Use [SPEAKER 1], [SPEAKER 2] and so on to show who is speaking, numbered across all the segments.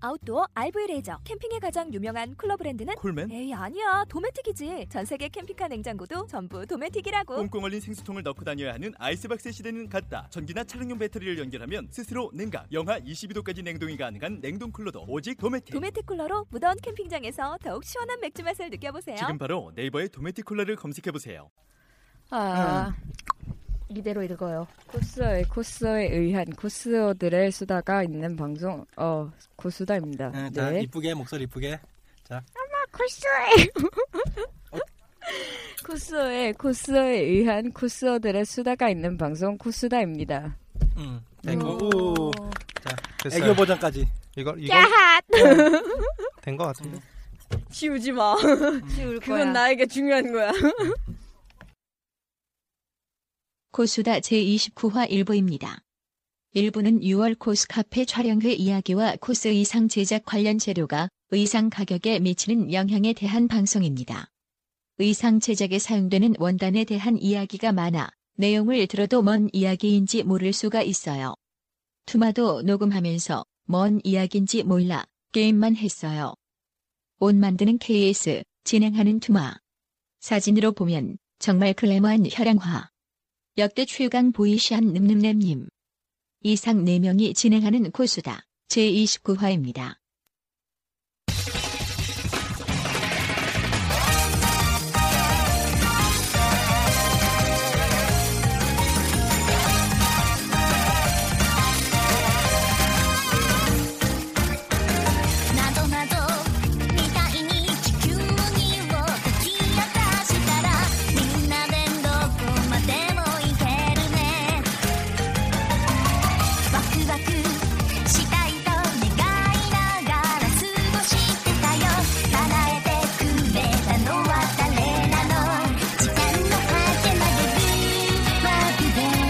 [SPEAKER 1] 아웃도어 RV 레저 캠핑에 가장 유명한 쿨러 브랜드는
[SPEAKER 2] 콜맨?
[SPEAKER 1] 에이 아니야 도메틱이지 전 세계 캠핑카 냉장고도 전부 도메틱이라고
[SPEAKER 2] 꽁꽁 얼린 생수통을 넣고 다녀야 하는 아이스박스 시대는 갔다. 전기나 차량용 배터리를 연결하면 스스로 냉각, 영하 22도까지 냉동이 가능한 냉동 쿨러도 오직 도메틱.
[SPEAKER 1] 도메틱 쿨러로 무더운 캠핑장에서 더욱 시원한 맥주 맛을 느껴보세요
[SPEAKER 2] 지금 바로 네이버에 도메틱 쿨러를 검색해 보세요.
[SPEAKER 3] 아 이대로 읽어요. 코스어에 코스어에 의한 코스어들의 수다가 있는 방송 어 고수다입니다.
[SPEAKER 4] 네, 자,
[SPEAKER 3] 네.
[SPEAKER 4] 이쁘게 목소리 이쁘게.
[SPEAKER 3] 코스어에 코스어에 코스어에 의한 코스어들의 수다가 있는 방송 코스다입니다.
[SPEAKER 4] 음, 됐고.
[SPEAKER 1] 오.
[SPEAKER 4] 오. 자, 애교 버전까지.
[SPEAKER 5] 이거 이거
[SPEAKER 3] 야하
[SPEAKER 5] 된 것 같은데.
[SPEAKER 3] 지우지 마.
[SPEAKER 1] 지울
[SPEAKER 3] 그건 나에게 중요한 거야.
[SPEAKER 6] 코수다 제29화 일부입니다. 일부는 6월 코스 카페 촬영회 이야기와 코스 의상 제작 관련 재료가 의상 가격에 미치는 영향에 대한 방송입니다. 의상 제작에 사용되는 원단에 대한 이야기가 많아 내용을 들어도 뭔 이야기인지 모를 수가 있어요. 투마도 녹음하면서 뭔 이야기인지 몰라 게임만 했어요. 옷 만드는 KS, 진행하는 투마. 사진으로 보면 정말 글래머한 혈양화. 역대 최강 보이시한 늠름램님. 이상 4명이 진행하는 코수다. 제29화입니다.
[SPEAKER 7] 「などなどみたいに地球儀をかき明かしたら」「みんなでどこまでも行けるね」「ワクワクしたいと願いながら過ごしてたよ」「叶えてくれたのは誰なの」「時間の果てまでビーバービで」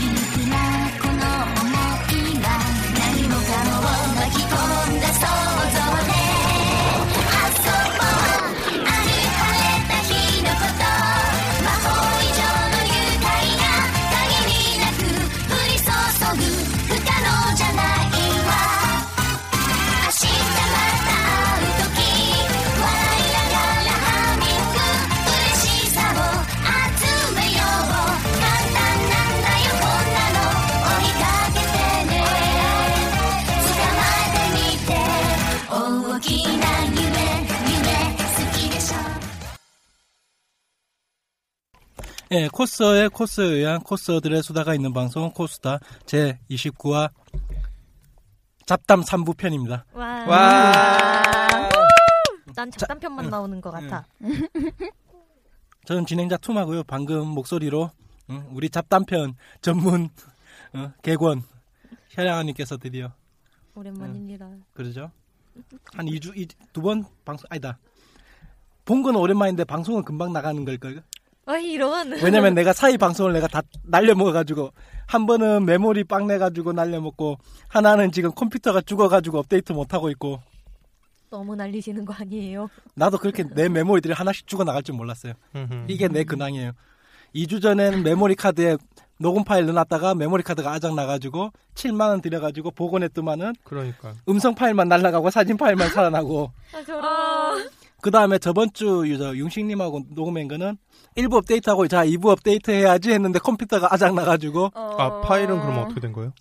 [SPEAKER 7] 「ディープなこの想いが」何もかもを巻き込んだ想像で遊ぼうあり晴れた日のこと魔法以上の愉快が限りなく降り注ぐ不可能じゃないわ明日また会う時笑いながらハミング嬉しさを集めよう簡単なんだよこんなの追いかけてね捕まえてみて大きな夢夢好きでしょ
[SPEAKER 4] 예, 코스의 코스에 의한 코스들의 수다가 있는 방송 코스다 제 29화 잡담 3부 편입니다.
[SPEAKER 8] 와.
[SPEAKER 5] 와.
[SPEAKER 8] 난 잡담편만 나오는 것 같아.
[SPEAKER 4] 저는 진행자 툼하고요. 방금 목소리로 음, 우리 잡담편 전문 어, 개권 혈양아님께서 드디어
[SPEAKER 8] 오랜만입니다.
[SPEAKER 4] 그러죠. 한 2주 두 번 방송 아니다. 본 건 오랜만인데 방송은 금방 나가는 걸걸.
[SPEAKER 8] 아 이런.
[SPEAKER 4] 왜냐면 내가 사이 방송을 내가 다 날려먹어가지고 한 번은 메모리 빵 내가지고 날려먹고 하나는 지금 컴퓨터가 죽어가지고 업데이트 못하고 있고
[SPEAKER 8] 너무 날리시는 거 아니에요?
[SPEAKER 4] 나도 그렇게 내 메모리들이 하나씩 죽어나갈 줄 몰랐어요.
[SPEAKER 5] 음흠.
[SPEAKER 4] 이게 내 근황이에요. 2주 전에는 메모리 카드에 녹음 파일 넣어놨다가 메모리 카드가 아작 나가지고 7만 원 들여가지고 복원했더만은
[SPEAKER 5] 그러니까.
[SPEAKER 4] 음성 파일만 날라가고 사진 파일만 살아나고
[SPEAKER 8] 아 저런.
[SPEAKER 4] 그 다음에 저번 주 유저 융식님하고 녹음한 거는 1부 업데이트하고 자 2부 업데이트 해야지 했는데 컴퓨터가 아작 나가지고
[SPEAKER 3] 어.
[SPEAKER 5] 아 파일은 그럼 어떻게 된 거예요?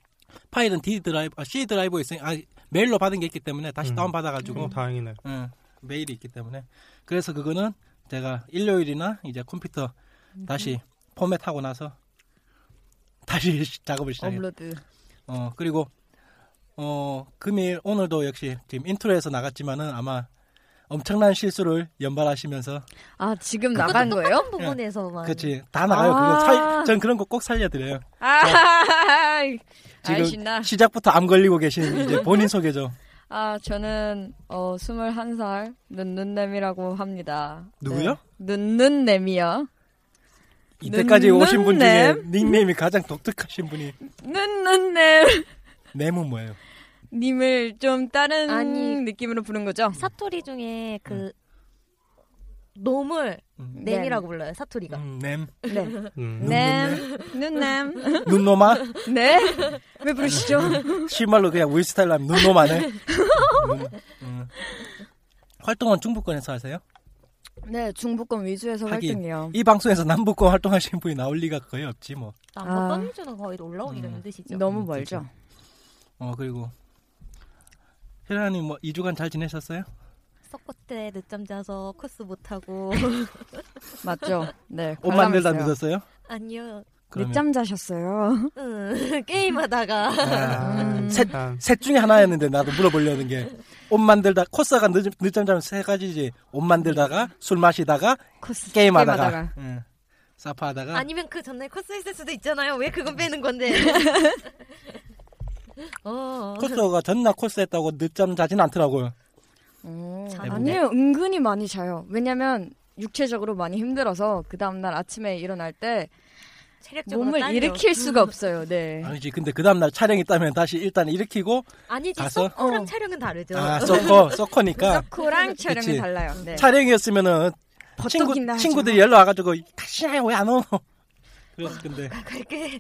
[SPEAKER 4] 파일은 D 드라이브, 아, C 드라이브에 있으니 아, 메일로 받은 게 있기 때문에 다시
[SPEAKER 5] 음.
[SPEAKER 4] 다운 받아가지고
[SPEAKER 5] 그럼 다행이네.
[SPEAKER 4] 응, 메일이 있기 때문에 그래서 그거는 제가 일요일이나 이제 컴퓨터
[SPEAKER 3] 음.
[SPEAKER 4] 다시 포맷하고 나서 다시 시- 작업을 시작해요.
[SPEAKER 3] 업로드.
[SPEAKER 4] 어 그리고 어 금일 오늘도 역시 지금 인트로에서 나갔지만은 아마 엄청난 실수를 연발하시면서
[SPEAKER 3] 아 지금 나간 거예요?
[SPEAKER 8] 한 부분에서만.
[SPEAKER 4] 그렇지 다 나가요.
[SPEAKER 3] 아.
[SPEAKER 4] 그거 살, 전 그런 거 꼭 살려드려요.
[SPEAKER 3] 아,
[SPEAKER 4] 지금
[SPEAKER 3] 아 신나.
[SPEAKER 4] 시작부터 암 걸리고 계신 이제 본인 소개죠.
[SPEAKER 3] 아, 저는 어 21살 눈눈냄이라고 합니다.
[SPEAKER 4] 누구요?
[SPEAKER 3] 네. 눈눈냄이요.
[SPEAKER 4] 이때까지
[SPEAKER 3] 눈,
[SPEAKER 4] 오신 분 중에
[SPEAKER 3] 눈냄.
[SPEAKER 4] 닉네임이 가장 독특하신 분이
[SPEAKER 3] 눈눈네
[SPEAKER 4] 네모 뭐예요?
[SPEAKER 3] 님을 좀 다른
[SPEAKER 7] 아니.
[SPEAKER 3] 느낌으로 부른 거죠?
[SPEAKER 7] 사투리 중에 그 놈을
[SPEAKER 4] 음,
[SPEAKER 7] 냄이라고 불러요. 사투리가.
[SPEAKER 4] 음, 냄
[SPEAKER 3] 네.
[SPEAKER 5] 음.
[SPEAKER 3] 냄. 눈냄.
[SPEAKER 4] 눈놈아
[SPEAKER 3] 네. 왜 부르시죠?
[SPEAKER 4] 실말로 음, 그냥 우리 스타일 하면 눈놈아네. 눈놈아. 음. 활동은 중부권에서 하세요?
[SPEAKER 3] 네, 중부권 위주에서
[SPEAKER 4] 하긴.
[SPEAKER 3] 활동해요.
[SPEAKER 4] 이 방송에서 남북권 활동하시는 분이 나올 리가 거의 없지 뭐.
[SPEAKER 3] 아.
[SPEAKER 7] 남북권 위주는 거의 올라오기가
[SPEAKER 4] 음.
[SPEAKER 7] 힘드시죠.
[SPEAKER 3] 너무 멀죠?
[SPEAKER 4] 어 그리고 혜란님 뭐 2주간 잘 지내셨어요?
[SPEAKER 7] 서포트에 늦잠 자서 코스 못하고
[SPEAKER 3] 맞죠? 네.
[SPEAKER 4] 옷 만들다
[SPEAKER 3] 관람했어요.
[SPEAKER 4] 늦었어요?
[SPEAKER 7] 아니요.
[SPEAKER 4] 그러면.
[SPEAKER 3] 늦잠 자셨어요.
[SPEAKER 7] 응. 게임하다가
[SPEAKER 4] 아,
[SPEAKER 3] 음.
[SPEAKER 4] 셋,
[SPEAKER 5] 아,
[SPEAKER 4] 셋 중에 하나였는데 나도 물어보려는 게 옷 만들다 코스가 늦, 늦잠 자면 세 가지지 옷 만들다가 술 마시다가
[SPEAKER 3] 코스
[SPEAKER 4] 게임하다가 응. 사파하다가
[SPEAKER 7] 아니면 그 전날 코스 했을 수도 있잖아요. 왜 그건 빼는 건데?
[SPEAKER 3] 네.
[SPEAKER 7] 어.
[SPEAKER 4] 코스가 전날 코스 했다고 늦잠 자진 않더라고요.
[SPEAKER 3] 음.
[SPEAKER 4] 네, 뭐
[SPEAKER 7] 자는데?
[SPEAKER 3] 아니에요. 은근히 많이 자요. 왜냐면 육체적으로 많이 힘들어서 그 다음 날 아침에 일어날 때
[SPEAKER 7] 체력적으로
[SPEAKER 3] 몸을
[SPEAKER 7] 딸려. 음.
[SPEAKER 3] 일으킬 수가 없어요. 네.
[SPEAKER 4] 아니지 근데 그 다음날 촬영 있다면 다시 일단 일으키고
[SPEAKER 7] 아니지
[SPEAKER 4] 가서?
[SPEAKER 7] 서포랑
[SPEAKER 3] 어.
[SPEAKER 7] 촬영은 다르죠.
[SPEAKER 4] 아 서커 서커니까
[SPEAKER 3] 코랑 촬영이
[SPEAKER 4] 그치.
[SPEAKER 3] 달라요. 네.
[SPEAKER 4] 촬영이었으면은 친구,
[SPEAKER 3] 버떡이나 하지
[SPEAKER 4] 친구들이 연락 와가지고 다시 왜안 오노? 그래서 근데
[SPEAKER 7] 그렇게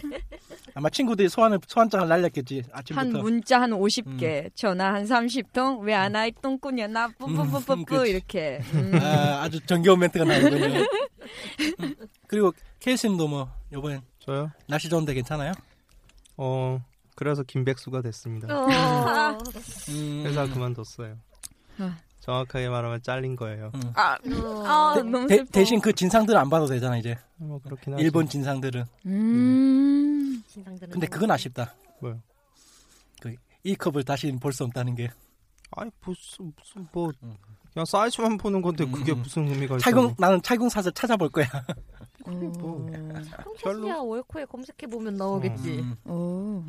[SPEAKER 4] 아마 친구들이 소환을 소환장을 날렸겠지
[SPEAKER 3] 한
[SPEAKER 4] 아침부터.
[SPEAKER 3] 문자 한 50개, 전화 한 30통, 왜 안 아이 똥꾸냐, 나
[SPEAKER 4] 음,
[SPEAKER 3] 뿌뿌뿌뿌뿌
[SPEAKER 4] 그치.
[SPEAKER 3] 이렇게. 음.
[SPEAKER 4] 아, 아주 정겨운 멘트가 나오군요. 음, 그리고 케이스님도 뭐 이번엔
[SPEAKER 5] 저요?
[SPEAKER 4] 날씨 좋은데 괜찮아요?
[SPEAKER 5] 어, 그래서 김백수가 됐습니다.
[SPEAKER 7] 어.
[SPEAKER 5] 회사 그만뒀어요.
[SPEAKER 3] 아.
[SPEAKER 5] 정확하게 말하면 잘린 거예요.
[SPEAKER 3] 아,
[SPEAKER 7] 어.
[SPEAKER 3] 아, 너무
[SPEAKER 4] 대,
[SPEAKER 3] 슬퍼.
[SPEAKER 4] 대신 그 진상들은 안 봐도 되잖아 이제
[SPEAKER 5] 뭐 그렇긴 하죠.
[SPEAKER 4] 일본 진상들은.
[SPEAKER 3] 음.
[SPEAKER 7] 신상들은
[SPEAKER 4] 근데
[SPEAKER 7] 너무-
[SPEAKER 4] 그건 아쉽다. 그,
[SPEAKER 5] 뭐요?
[SPEAKER 4] 이 컵을 다시 볼 수 없다는 게
[SPEAKER 5] 아니 무슨 무슨 뭐 그냥 사이즈만 보는 건데 그게
[SPEAKER 4] 어. 음.
[SPEAKER 5] 무슨 의미가 있어?
[SPEAKER 4] 찰공 나는 찰공사슬 찾아볼 거야.
[SPEAKER 5] 뭐
[SPEAKER 7] 콩캐시야 그 월코에 검색해 보면 나오겠지.
[SPEAKER 3] 예.
[SPEAKER 4] 음.
[SPEAKER 3] 오,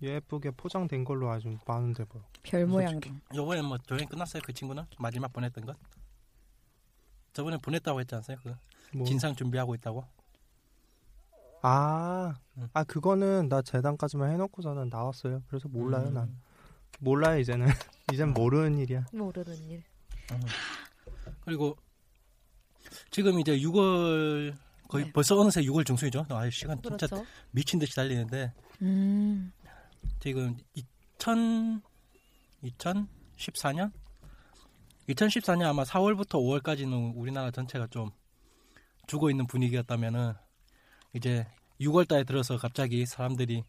[SPEAKER 5] 예쁘게 포장된 걸로 아주 많은데 뭐.
[SPEAKER 3] 별 모양으로.
[SPEAKER 4] 요번에 뭐 조용히 끝났어요 그 친구는 마지막 보냈던 것. 저번에 보냈다고 했지 않았어요? 그
[SPEAKER 5] 뭐.
[SPEAKER 4] 진상 준비하고 있다고.
[SPEAKER 5] 아,
[SPEAKER 4] 음.
[SPEAKER 5] 아 그거는 나 재단까지만 해놓고서는 나왔어요. 그래서 몰라요
[SPEAKER 4] 음.
[SPEAKER 5] 난. 몰라요 이제는. 이젠 모르는 일이야.
[SPEAKER 7] 모르는 일.
[SPEAKER 4] 그리고 지금 이제 6월 거의 벌써 어느새 6월 중순이죠. 아 시간 진짜
[SPEAKER 7] 네. 그렇죠.
[SPEAKER 4] 미친 듯이 달리는데
[SPEAKER 3] 음.
[SPEAKER 4] 지금 2000 2014년 2014년 아마 4월부터 5월까지는 우리나라 전체가 좀 죽어 있는 분위기였다면은 이제 6월 달에 들어서 갑자기 사람들이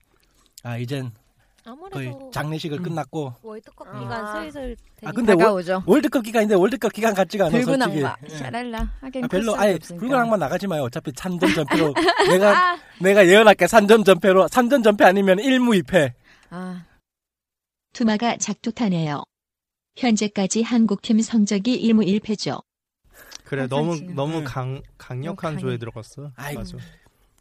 [SPEAKER 4] 아 이젠 거의
[SPEAKER 7] 아무래도 음.
[SPEAKER 4] 장례식을 끝났고
[SPEAKER 7] 월드컵
[SPEAKER 3] 아.
[SPEAKER 7] 기간 슬슬 되니까.
[SPEAKER 4] 아 근데 월,
[SPEAKER 3] 다가오죠.
[SPEAKER 4] 월드컵 기간인데 월드컵 기간 같지가 않아서
[SPEAKER 3] 붉은
[SPEAKER 4] 솔직히.
[SPEAKER 3] 악마.
[SPEAKER 4] 예.
[SPEAKER 3] 샤랄라. 하긴
[SPEAKER 4] 아, 별로
[SPEAKER 3] 별로
[SPEAKER 4] 아예
[SPEAKER 3] 없으니까. 아!
[SPEAKER 4] 붉은 악마 나가지 마요. 어차피 산전 전패로 내가 내가 예언할게. 산전 전패로 산전 전패 아니면 일무이패.
[SPEAKER 3] 아,
[SPEAKER 6] 투마가 작두타네요. 현재까지 한국팀 성적이 1무 1패죠.
[SPEAKER 5] 그래
[SPEAKER 3] 항상
[SPEAKER 5] 너무
[SPEAKER 3] 지금.
[SPEAKER 5] 너무
[SPEAKER 4] 응.
[SPEAKER 5] 강 강력한
[SPEAKER 3] 너무 강해.
[SPEAKER 5] 조에 들어갔어.
[SPEAKER 4] 아이고.
[SPEAKER 5] 맞아.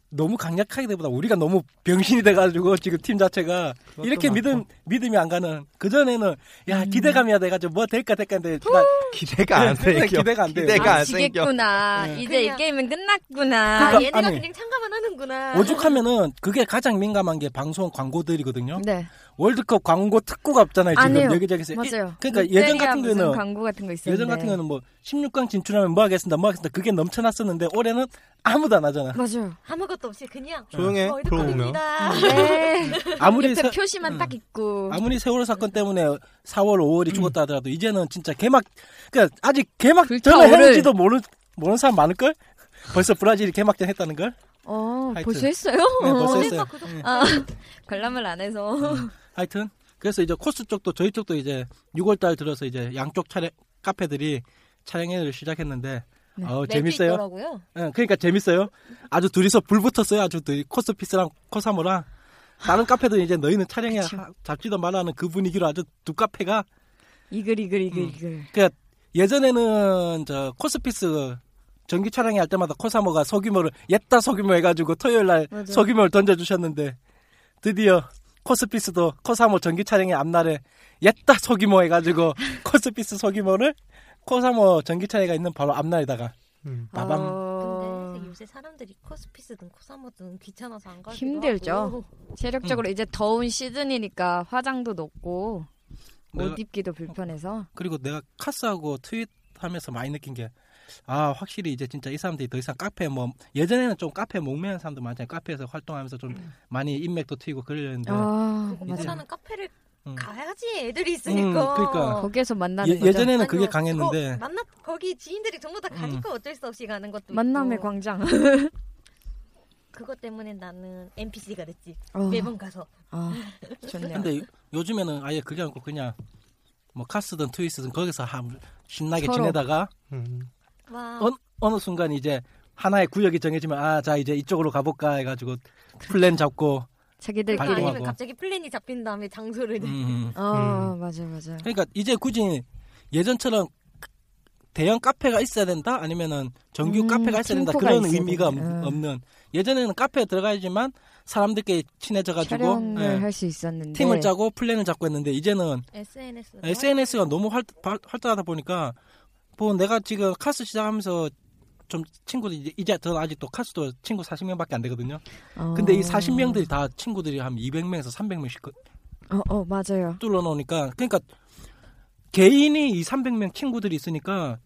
[SPEAKER 4] 너무 강력하기보다 우리가 너무 병신이 돼가지고 지금 팀 자체가
[SPEAKER 5] 그것도
[SPEAKER 4] 이렇게
[SPEAKER 5] 맞고.
[SPEAKER 4] 믿음 믿음이 안 가는. 그 전에는
[SPEAKER 3] 음.
[SPEAKER 4] 야 기대감이야 돼가지고 뭐 될까 될까 했는데 난
[SPEAKER 5] 기대가 안
[SPEAKER 4] 그래,
[SPEAKER 5] 생겨.
[SPEAKER 4] 기대가 안 돼요.
[SPEAKER 5] 기대가 안 생겨.
[SPEAKER 3] 아, 지겠구나.
[SPEAKER 4] 네.
[SPEAKER 3] 이제
[SPEAKER 7] 그냥-
[SPEAKER 3] 이 게임은
[SPEAKER 7] 아,
[SPEAKER 3] 끝났구나.
[SPEAKER 4] 그러니까-
[SPEAKER 7] 얘네가
[SPEAKER 4] 아니.
[SPEAKER 7] 그냥 참가만
[SPEAKER 3] 그러니까.
[SPEAKER 7] 하는구나.
[SPEAKER 4] 오죽하면은 그게 가장 민감한 게 방송 광고들이거든요.
[SPEAKER 3] 네,
[SPEAKER 4] 월드컵 광고 특구가 없잖아요. 아, 지금
[SPEAKER 3] 안 해요.
[SPEAKER 4] 여기저기서. 이-
[SPEAKER 3] 맞아요.
[SPEAKER 4] 그러니까
[SPEAKER 3] 롯데리아
[SPEAKER 4] 예전 같은
[SPEAKER 3] 무슨
[SPEAKER 4] 경우는
[SPEAKER 3] 광고 같은 거 있었는데.
[SPEAKER 4] 예전 같은 경우는 뭐 16강 진출하면 뭐 하겠습니다, 뭐 하겠습니다. 그게 넘쳐났었는데 올해는 아무도 안 하잖아.
[SPEAKER 3] 맞아요.
[SPEAKER 7] 아무것도 없이 그냥
[SPEAKER 5] 조용해. 들어오면.
[SPEAKER 7] 월드컵입니다.
[SPEAKER 3] 네.
[SPEAKER 4] 아무리
[SPEAKER 3] 옆에
[SPEAKER 4] 세,
[SPEAKER 3] 표시만 딱 있고.
[SPEAKER 4] 아무리 세월호 사건 때문에 4월, 5월이
[SPEAKER 3] 음.
[SPEAKER 4] 죽었다 하더라도 이제는 진짜 개막 그러니까 아직 개막 전에
[SPEAKER 3] 불타오를.
[SPEAKER 4] 했는지도 모르 모르는 사람 많을 걸. 벌써 브라질이 개막전 했다는 걸.
[SPEAKER 3] 어,
[SPEAKER 4] 하여튼.
[SPEAKER 3] 벌써 했어요?
[SPEAKER 4] 네, 벌써
[SPEAKER 7] 어디서
[SPEAKER 4] 했어요. 음,
[SPEAKER 7] 그저-
[SPEAKER 3] 아, 관람을 안 해서.
[SPEAKER 4] 하여튼 그래서 이제 코스 쪽도 저희 쪽도 이제 6월 달 들어서 이제 양쪽 차례 카페들이 촬영회를 시작했는데
[SPEAKER 3] 네.
[SPEAKER 4] 어
[SPEAKER 7] 멘트
[SPEAKER 4] 재밌어요.
[SPEAKER 7] 있더라고요.
[SPEAKER 4] 예, 그러니까 재밌어요. 아주 둘이서 불 붙었어요. 아주 둘이 코스피스랑 코사모랑 다른 카페도 이제 너희는 촬영에 하- 잡지도 말라는 그 분위기로 아주 두 카페가
[SPEAKER 3] 이글, 이글, 이글, 이글.
[SPEAKER 4] 그러니까 예전에는 저 코스피스 전기 촬영회 할 때마다 코사모가 소규모를 옛다 소규모 해가지고 토요일 날
[SPEAKER 3] 맞아요.
[SPEAKER 4] 소규모를 던져주셨는데 드디어 코스피스도 코사모 전기 촬영회 앞날에 옛다 소규모 해가지고 코스피스 소규모를 코사모 전기 촬영회가 있는 바로 앞날에다가
[SPEAKER 5] 음.
[SPEAKER 4] 빠밤
[SPEAKER 3] 어,
[SPEAKER 7] 근데 요새 사람들이 코스피 쓰든 코사모 쓰든 귀찮아서 안 가기도
[SPEAKER 3] 힘들죠.
[SPEAKER 7] 하고.
[SPEAKER 4] 음.
[SPEAKER 3] 체력적으로 이제 더운 시즌이니까 화장도 높고
[SPEAKER 4] 내가-
[SPEAKER 3] 옷 입기도 불편해서
[SPEAKER 4] 그리고 내가 카스하고 트윗하면서 많이 느낀 게, 아, 확실히 이제 진짜 이 사람들이 더 이상 카페 뭐, 예전에는 좀 카페 목매는 사람도 많잖아요. 카페에서 활동하면서 좀 많이 인맥도 튀고 그러는데.
[SPEAKER 3] 아
[SPEAKER 7] 그거
[SPEAKER 3] 맞아
[SPEAKER 7] 못하는 카페를
[SPEAKER 4] 음.
[SPEAKER 7] 가야지 애들이 있으니까.
[SPEAKER 4] 음, 그러니까.
[SPEAKER 3] 거기에서 만나는
[SPEAKER 4] 예,
[SPEAKER 3] 거죠
[SPEAKER 4] 전에는 그게
[SPEAKER 7] 아니요,
[SPEAKER 4] 강했는데,
[SPEAKER 7] 그거 만나 거기 지인들이 전부 다 가니까 어쩔 수 없이 가는 것도
[SPEAKER 3] 음.
[SPEAKER 4] 어.
[SPEAKER 3] 만남의
[SPEAKER 7] 있고.
[SPEAKER 3] 광장
[SPEAKER 7] 그것 때문에 나는 NPC가 됐지
[SPEAKER 3] 어,
[SPEAKER 7] 매번 가서
[SPEAKER 3] 아, 좋네요
[SPEAKER 4] 근데 요- 요즘에는 아예 그게 아니고 그냥 뭐 카스든 트윗이든 거기서 함- 신나게
[SPEAKER 3] 서로.
[SPEAKER 4] 지내다가
[SPEAKER 5] 음.
[SPEAKER 7] 와
[SPEAKER 4] 어, 어느 순간 이제 하나의 구역이 정해지면 아 자 이제 이쪽으로 가볼까 해가지고 플랜 잡고
[SPEAKER 7] 그러니까
[SPEAKER 4] 발동하고.
[SPEAKER 7] 아니면
[SPEAKER 3] 자기들끼리
[SPEAKER 7] 갑자기 플랜이 잡힌 다음에 장소를
[SPEAKER 4] 음.
[SPEAKER 3] 아 맞아 맞아
[SPEAKER 4] 그러니까 이제 굳이 예전처럼 대형 카페가 있어야 된다 아니면은 정규
[SPEAKER 3] 음,
[SPEAKER 4] 카페가 있어야 된다
[SPEAKER 3] 창고가
[SPEAKER 4] 그런
[SPEAKER 3] 있어야
[SPEAKER 4] 의미가
[SPEAKER 3] 된다.
[SPEAKER 4] 없-
[SPEAKER 3] 음.
[SPEAKER 4] 없는 예전에는 카페에 들어가야지만 사람들끼리 친해져가지고
[SPEAKER 3] 촬영을
[SPEAKER 4] 예,
[SPEAKER 3] 할 수 있었는데
[SPEAKER 4] 팀을 짜고 플랜을 잡고 했는데 이제는 아,
[SPEAKER 7] SNS
[SPEAKER 4] SNS가 너무 활, 활- 활발하다 보니까 뭐 내가 지금 카스 시작하면서 좀 친구들 이제 이제 저는 아직도 카스도 친구 40명밖에 안 되거든요.
[SPEAKER 3] 어.
[SPEAKER 4] 근데 이 40명들이 다 친구들이 한 200명에서 300명씩
[SPEAKER 3] 어, 어 맞아요
[SPEAKER 4] 뚫어 놓으니까 그러니까 개인이 이 300명 친구들이 있으니까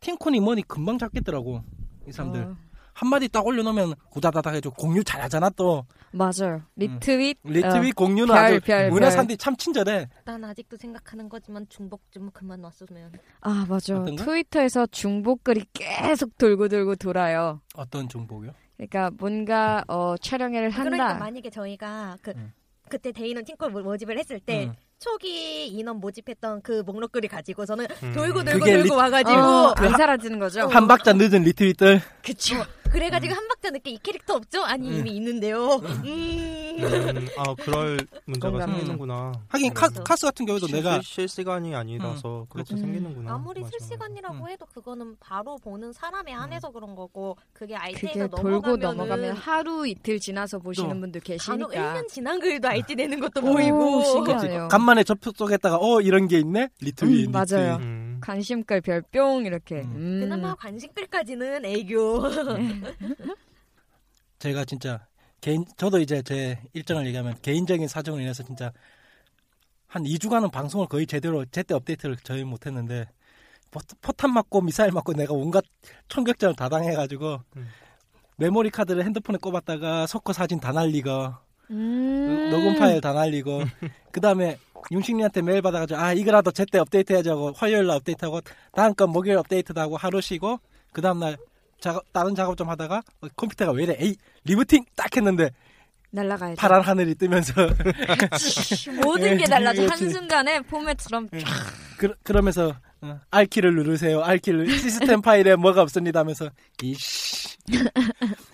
[SPEAKER 4] 팀콘이 뭐니 금방 잡겠더라고 이 사람들
[SPEAKER 3] 어,
[SPEAKER 4] 한마디 딱 올려놓으면 구다다닥 해줘 공유 잘하잖아 또
[SPEAKER 3] 맞아요 리트윗
[SPEAKER 4] 음. 리트윗 공유는
[SPEAKER 3] 어. 별,
[SPEAKER 4] 아주
[SPEAKER 3] 별,
[SPEAKER 4] 문화산들이 참 친절해
[SPEAKER 7] 난 아직도 생각하는 거지만 중복 좀 그만 왔으면
[SPEAKER 3] 아 맞아
[SPEAKER 4] 어떤가?
[SPEAKER 3] 트위터에서 중복 글이 계속 돌고 돌고 돌아요
[SPEAKER 4] 어떤 정보요?
[SPEAKER 3] 그러니까 뭔가 어 촬영회를 한다
[SPEAKER 7] 그러니까 만약에 저희가 그
[SPEAKER 4] 음.
[SPEAKER 7] 그때 데이는 팀콜 뭐, 모- 모집을 했을 때
[SPEAKER 4] 음.
[SPEAKER 7] 초기 인원 모집했던 그 목록글을 가지고서는
[SPEAKER 5] 음.
[SPEAKER 7] 돌고 돌고
[SPEAKER 4] 그게
[SPEAKER 7] 돌고
[SPEAKER 4] 리-
[SPEAKER 7] 와가지고
[SPEAKER 3] 어,
[SPEAKER 4] 그
[SPEAKER 3] 안
[SPEAKER 4] 하-
[SPEAKER 3] 사라지는 거죠
[SPEAKER 4] 한 박자 늦은 리트윗들
[SPEAKER 7] 어, 그쵸 그래가지고 한 박자 늦게 이 캐릭터 없죠? 아니 이미 있는데요 음.
[SPEAKER 5] 음, 아 그럴 문제가
[SPEAKER 3] 공감해.
[SPEAKER 5] 생기는구나.
[SPEAKER 4] 하긴
[SPEAKER 5] 음.
[SPEAKER 4] 카, 카스 같은 경우도
[SPEAKER 5] 실-
[SPEAKER 4] 내가
[SPEAKER 5] 실- 실시간이 아니라서 그렇게
[SPEAKER 3] 음.
[SPEAKER 5] 생기는구나.
[SPEAKER 7] 아무리
[SPEAKER 5] 맞아.
[SPEAKER 7] 실시간이라고
[SPEAKER 4] 음.
[SPEAKER 7] 해도 그거는 바로 보는 사람에 한해서 그런 거고 그게
[SPEAKER 3] 그게
[SPEAKER 7] 아이디에서
[SPEAKER 3] 돌고
[SPEAKER 7] 넘어가면은
[SPEAKER 3] 넘어가면 하루 이틀 지나서 보시는
[SPEAKER 4] 또
[SPEAKER 3] 분들
[SPEAKER 7] 간혹
[SPEAKER 3] 계시니까
[SPEAKER 7] 1년 지난 글도 아이디 내는 것도
[SPEAKER 3] 오,
[SPEAKER 7] 보이고
[SPEAKER 3] 신기하다.
[SPEAKER 4] 그치.
[SPEAKER 3] 맞아요.
[SPEAKER 4] 간만에 접속했다가 어 이런 게 있네 리트윗
[SPEAKER 3] 음, 맞아요.
[SPEAKER 5] 음.
[SPEAKER 3] 관심글 별뿅 이렇게 음.
[SPEAKER 7] 그나마 관심글까지는 애교
[SPEAKER 4] 제가 진짜 개인 저도 이제 제 일정을 얘기하면 개인적인 사정으로 인해서 진짜 한 2주간은 방송을 거의 제대로 제때 업데이트를 저희 못했는데 포- 포탄 맞고 미사일 맞고 내가 온갖 총격전을 다 당해가지고
[SPEAKER 5] 음.
[SPEAKER 4] 메모리 카드를 핸드폰에 꼽았다가 석고 사진 다 날리고
[SPEAKER 3] 음.
[SPEAKER 4] 녹음 파일 다 날리고 그 다음에 융식님한테 메일 받아가지고 아 이거라도 제때 업데이트 해야지 하고 화요일날 업데이트하고 다음 건 목요일 업데이트도 하고 하루 쉬고 그 다음날 작업, 다른 작업 좀 하다가 어, 컴퓨터가 왜 이래 에이 리부팅 딱 했는데
[SPEAKER 3] 음. 날라가야 돼.
[SPEAKER 4] 파란 하늘이 뜨면서
[SPEAKER 3] 모든 게
[SPEAKER 4] 예,
[SPEAKER 3] 달라져.
[SPEAKER 4] 그렇지.
[SPEAKER 3] 한순간에 포맷처럼 쫙.
[SPEAKER 4] 그, 그러면서 어, R키를 누르세요 R키를 시스템 파일에 뭐가 없습니다 하면서 이씨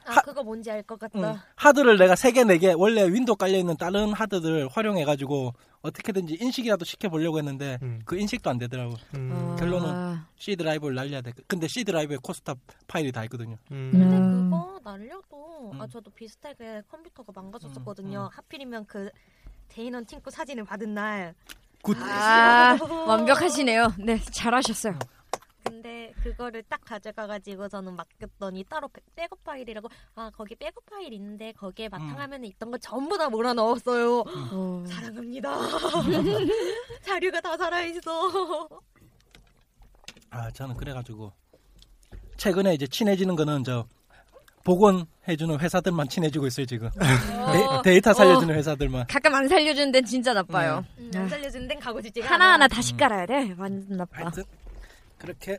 [SPEAKER 7] 아 그거 뭔지 알 것 같다
[SPEAKER 4] 음, 하드를 내가 세 개 네 개 원래 윈도우 깔려있는 다른 하드들을 활용해가지고 어떻게든지 인식이라도 시켜보려고 했는데
[SPEAKER 5] 음.
[SPEAKER 4] 그 인식도 안 되더라고
[SPEAKER 5] 음.
[SPEAKER 3] 아,
[SPEAKER 4] 결론은. C 드라이브를 날려야 돼. 근데 C 드라이브에 코스타 파일이 다 있거든요.
[SPEAKER 5] 음.
[SPEAKER 7] 근데
[SPEAKER 3] 음.
[SPEAKER 7] 그거 날려도 아
[SPEAKER 4] 음.
[SPEAKER 7] 저도 비슷하게 컴퓨터가
[SPEAKER 4] 음,
[SPEAKER 7] 망가졌었거든요
[SPEAKER 4] 음.
[SPEAKER 7] 하필이면 그 데이넌 팀코 사진을 받은 날
[SPEAKER 4] 굿.
[SPEAKER 3] 아,
[SPEAKER 7] 싫어.
[SPEAKER 3] 완벽하시네요. 네, 잘하셨어요.
[SPEAKER 7] 근데 그거를 딱 가져가가지고 저는 맡겼더니 따로 백- 백업 파일이라고 아 거기 백업 파일 있는데 거기에
[SPEAKER 4] 음.
[SPEAKER 7] 바탕화면에 있던 거 전부 다 몰아넣었어요
[SPEAKER 3] 어.
[SPEAKER 7] 사랑합니다 자료가 다 살아있어
[SPEAKER 4] 아, 저는 그래가지고 최근에 이제 친해지는 거는 저 복원해주는 회사들만 친해지고 있어요 지금.
[SPEAKER 3] 어.
[SPEAKER 4] 데, 이터 살려주는 회사들만.
[SPEAKER 3] 가끔 안 살려주는 데는 진짜 나빠요.
[SPEAKER 5] 네.
[SPEAKER 7] 음, 안 살려주는 데는 가고 싶지가
[SPEAKER 3] 하나하나 다시
[SPEAKER 5] 음.
[SPEAKER 3] 깔아야 돼. 완전 나빠.
[SPEAKER 4] 하여튼 아. 그렇게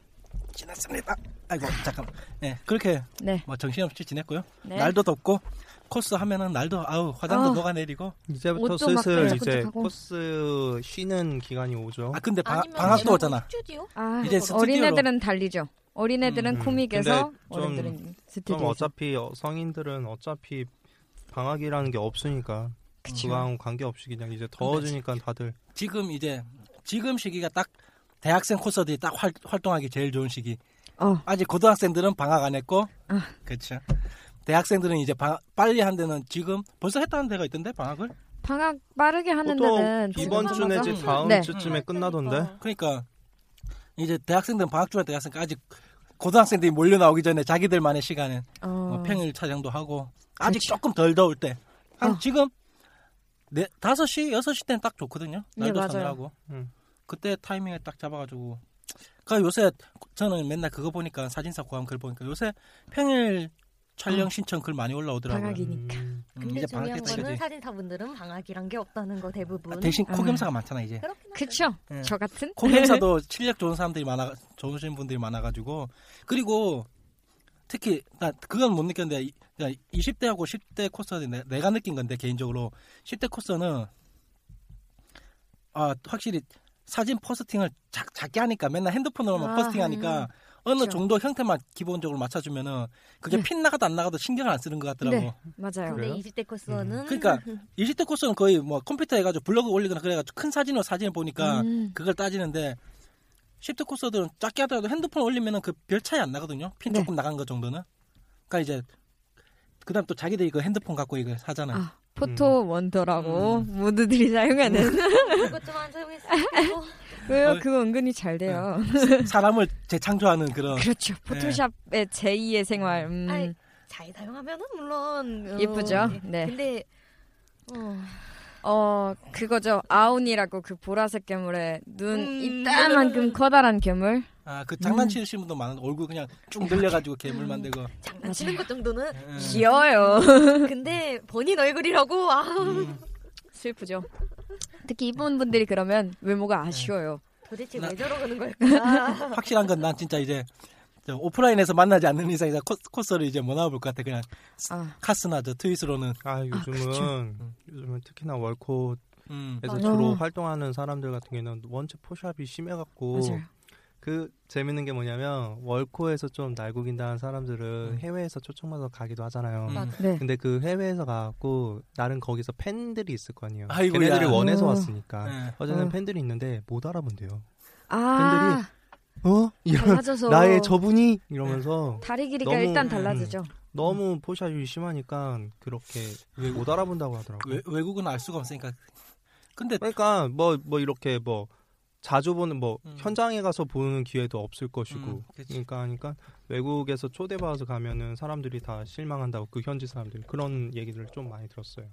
[SPEAKER 4] 지났습니다. 아이고 잠깐. 예, 그렇게
[SPEAKER 3] 네.
[SPEAKER 4] 뭐 정신없이 지냈고요.
[SPEAKER 3] 네.
[SPEAKER 4] 날도 덥고 코스 하면은 날도 아우 화장도
[SPEAKER 3] 아.
[SPEAKER 4] 녹아내리고.
[SPEAKER 5] 이제부터
[SPEAKER 3] 옷도 막
[SPEAKER 5] 슬슬 이제
[SPEAKER 3] 끈적끈적하고.
[SPEAKER 5] 코스 쉬는 기간이 오죠.
[SPEAKER 4] 아 근데 방,
[SPEAKER 7] 아니면
[SPEAKER 4] 방학도
[SPEAKER 7] 지금
[SPEAKER 4] 오잖아.
[SPEAKER 7] 스튜디오
[SPEAKER 3] 아,
[SPEAKER 4] 이제 스튜디오로.
[SPEAKER 3] 어린애들은 달리죠. 어린애들은
[SPEAKER 5] 음, 음.
[SPEAKER 3] 코믹에서
[SPEAKER 5] 근데 좀-
[SPEAKER 3] 어른들은
[SPEAKER 5] 그럼
[SPEAKER 3] 스튜디오.
[SPEAKER 5] 어차피 어, 성인들은 어차피 방학이라는 게 없으니까 그거랑 관계 없이 그냥 이제 더워지니까 다들
[SPEAKER 4] 지금 이제 지금 시기가 딱 대학생 코스들이 딱 활, 활동하기 제일 좋은 시기.
[SPEAKER 3] 어.
[SPEAKER 4] 아직 고등학생들은 방학 안 했고
[SPEAKER 3] 아.
[SPEAKER 4] 그렇죠. 대학생들은 이제 방, 빨리 한 데는 지금 벌써 했다는 데가 있던데 방학을
[SPEAKER 3] 방학 빠르게 하는 데는
[SPEAKER 5] 보통 이번 주
[SPEAKER 3] 지금
[SPEAKER 5] 내지
[SPEAKER 3] 맞아.
[SPEAKER 5] 다음
[SPEAKER 3] 네.
[SPEAKER 5] 주쯤에 끝나던데
[SPEAKER 4] 그러니까 이제 대학생들은 방학 중에 들어갔으니까 아직 고등학생들이 몰려 나오기 전에 자기들만의 시간에
[SPEAKER 3] 어.
[SPEAKER 4] 뭐 평일 차장도 하고 아직
[SPEAKER 3] 그렇죠.
[SPEAKER 4] 조금 덜 더울 때. 한
[SPEAKER 3] 어.
[SPEAKER 4] 지금 네, 5시, 6시 때는 딱 좋거든요.
[SPEAKER 3] 네,
[SPEAKER 4] 날도
[SPEAKER 3] 맞아요.
[SPEAKER 4] 서늘하고.
[SPEAKER 5] 음.
[SPEAKER 4] 그때 타이밍을 딱 잡아가지고. 그러니까 요새 저는 맨날 그거 보니까 사진사 고함 글 보니까 요새 평일 촬영 신청 글 많이 올라오더라고요.
[SPEAKER 3] 어. 방학이- 그러니까.
[SPEAKER 5] 음,
[SPEAKER 4] 음,
[SPEAKER 7] 근데
[SPEAKER 4] 방학
[SPEAKER 7] 중요한
[SPEAKER 4] 때까지.
[SPEAKER 7] 거는 사진사분들은 방학이란 게 없다는 거 대부분.
[SPEAKER 4] 아, 대신
[SPEAKER 3] 아.
[SPEAKER 4] 코겸사가 많잖아 이제.
[SPEAKER 7] 그렇긴 하죠.
[SPEAKER 3] 그쵸?
[SPEAKER 5] 네.
[SPEAKER 4] 예.
[SPEAKER 3] 저 같은?
[SPEAKER 4] 코겸사도 실력 좋은 사람들이 많아 좋으신 분들이 많아가지고 그리고 특히 나 그건 못 느꼈는데 이- 그러니까 20대하고 10대 코스는 내- 내가 느낀 건데 개인적으로 10대 코스는 아 확실히 사진 포스팅을 작, 작게 하니까 맨날 핸드폰으로만
[SPEAKER 3] 아,
[SPEAKER 4] 포스팅하니까
[SPEAKER 7] 음.
[SPEAKER 4] 어느
[SPEAKER 3] 그렇죠.
[SPEAKER 4] 정도 형태만 기본적으로 맞춰주면은 그게
[SPEAKER 3] 네.
[SPEAKER 4] 핀 나가도 안 나가도 신경을 안 쓰는 것 같더라고.
[SPEAKER 3] 네. 맞아요.
[SPEAKER 7] 근데
[SPEAKER 5] 그래요?
[SPEAKER 7] 20대 어, 코스는
[SPEAKER 4] 그러니까 20대 코스는 거의 뭐 컴퓨터 해가지고 블로그 올리거나 그래가지고 큰 사진으로 사진을 보니까
[SPEAKER 3] 음.
[SPEAKER 4] 그걸 따지는데 10대 코스들은 작게 하더라도 핸드폰 올리면은 그 별 차이 안 나거든요. 핀
[SPEAKER 3] 네.
[SPEAKER 4] 조금 나간 것 정도는. 그러니까 이제 그다음 또 자기들이 그 핸드폰 갖고 이거
[SPEAKER 5] 네.
[SPEAKER 4] 사잖아요.
[SPEAKER 3] 아, 포토
[SPEAKER 5] 음.
[SPEAKER 3] 원더라고 모두들이 사용하는.
[SPEAKER 7] 그것 뭐, 좀 안 사용했으니까
[SPEAKER 3] 왜요?
[SPEAKER 4] 어.
[SPEAKER 3] 그거 은근히 잘 돼요.
[SPEAKER 5] 네.
[SPEAKER 4] 사람을 재창조하는 그런
[SPEAKER 3] 그렇죠. 포토샵의 제2의 생활. 음,
[SPEAKER 7] 아이, 잘 사용하면은 물론 어,
[SPEAKER 3] 예쁘죠?
[SPEAKER 7] 예.
[SPEAKER 3] 네.
[SPEAKER 7] 근데 어,
[SPEAKER 3] 어, 그거죠. 아운이라고 그 보라색 괴물에 눈
[SPEAKER 7] 음.
[SPEAKER 3] 이따만큼 커다란 괴물.
[SPEAKER 4] 아 그
[SPEAKER 3] 음.
[SPEAKER 4] 장난치시는 분도 많은데 얼굴 그냥 쭉 늘려가지고 괴물 만들고 예,
[SPEAKER 7] 장난치는 것 정도는
[SPEAKER 4] 음.
[SPEAKER 3] 귀여워요.
[SPEAKER 7] 근데 본인 얼굴이라고 아
[SPEAKER 4] 음.
[SPEAKER 3] 슬프죠. 특히 이쁜 분들이 그러면 외모가
[SPEAKER 4] 네.
[SPEAKER 3] 아쉬워요.
[SPEAKER 7] 도대체 왜 저러는 걸까?
[SPEAKER 4] 확실한 건 난 진짜 이제 저 오프라인에서 만나지 않는 이상 이제 코- 코스를 이제 못 나와볼 것 같아. 그냥
[SPEAKER 3] 아,
[SPEAKER 4] 카스나 저 트윗으로는
[SPEAKER 5] 아 요즘은 요즘은 특히나 월코에서
[SPEAKER 4] 음.
[SPEAKER 3] 맞아요.
[SPEAKER 5] 주로 활동하는 사람들 같은 경우는 원체 포샵이 심해갖고
[SPEAKER 3] 맞아요.
[SPEAKER 5] 그 재밌는 게 뭐냐면 월코에서 좀 날고긴다는 사람들은
[SPEAKER 4] 음.
[SPEAKER 5] 해외에서 초청받아서 가기도 하잖아요.
[SPEAKER 4] 음.
[SPEAKER 3] 네.
[SPEAKER 5] 근데 그 해외에서 가고 나름 거기서 팬들이 있을 거 아니에요.
[SPEAKER 4] 아이고야.
[SPEAKER 5] 걔네들이 원해서
[SPEAKER 3] 어.
[SPEAKER 5] 왔으니까
[SPEAKER 4] 예.
[SPEAKER 5] 음. 어제는
[SPEAKER 3] 어.
[SPEAKER 5] 팬들이 있는데 못 알아본대요.
[SPEAKER 3] 아,
[SPEAKER 5] 어? 이런
[SPEAKER 3] 달라져서
[SPEAKER 5] 나의 저분이
[SPEAKER 4] 네.
[SPEAKER 5] 이러면서
[SPEAKER 3] 다리 길이가
[SPEAKER 5] 너무-
[SPEAKER 4] 음.
[SPEAKER 3] 일단 달라지죠.
[SPEAKER 5] 너무 포샵이 심하니까 그렇게 못 알아본다고 하더라고요.
[SPEAKER 4] 외, 외국은 알 수가 없으니까. 근데
[SPEAKER 5] 그러니까 뭐 뭐 이렇게 뭐 자주 보는 뭐
[SPEAKER 4] 음.
[SPEAKER 5] 현장에 가서 보는 기회도 없을 것이고
[SPEAKER 4] 음, 그치.
[SPEAKER 5] 그러니까 하니까 외국에서 초대받아서 가면은 사람들이 다 실망한다고 그 현지 사람들이 그런 얘기를 좀 많이 들었어요.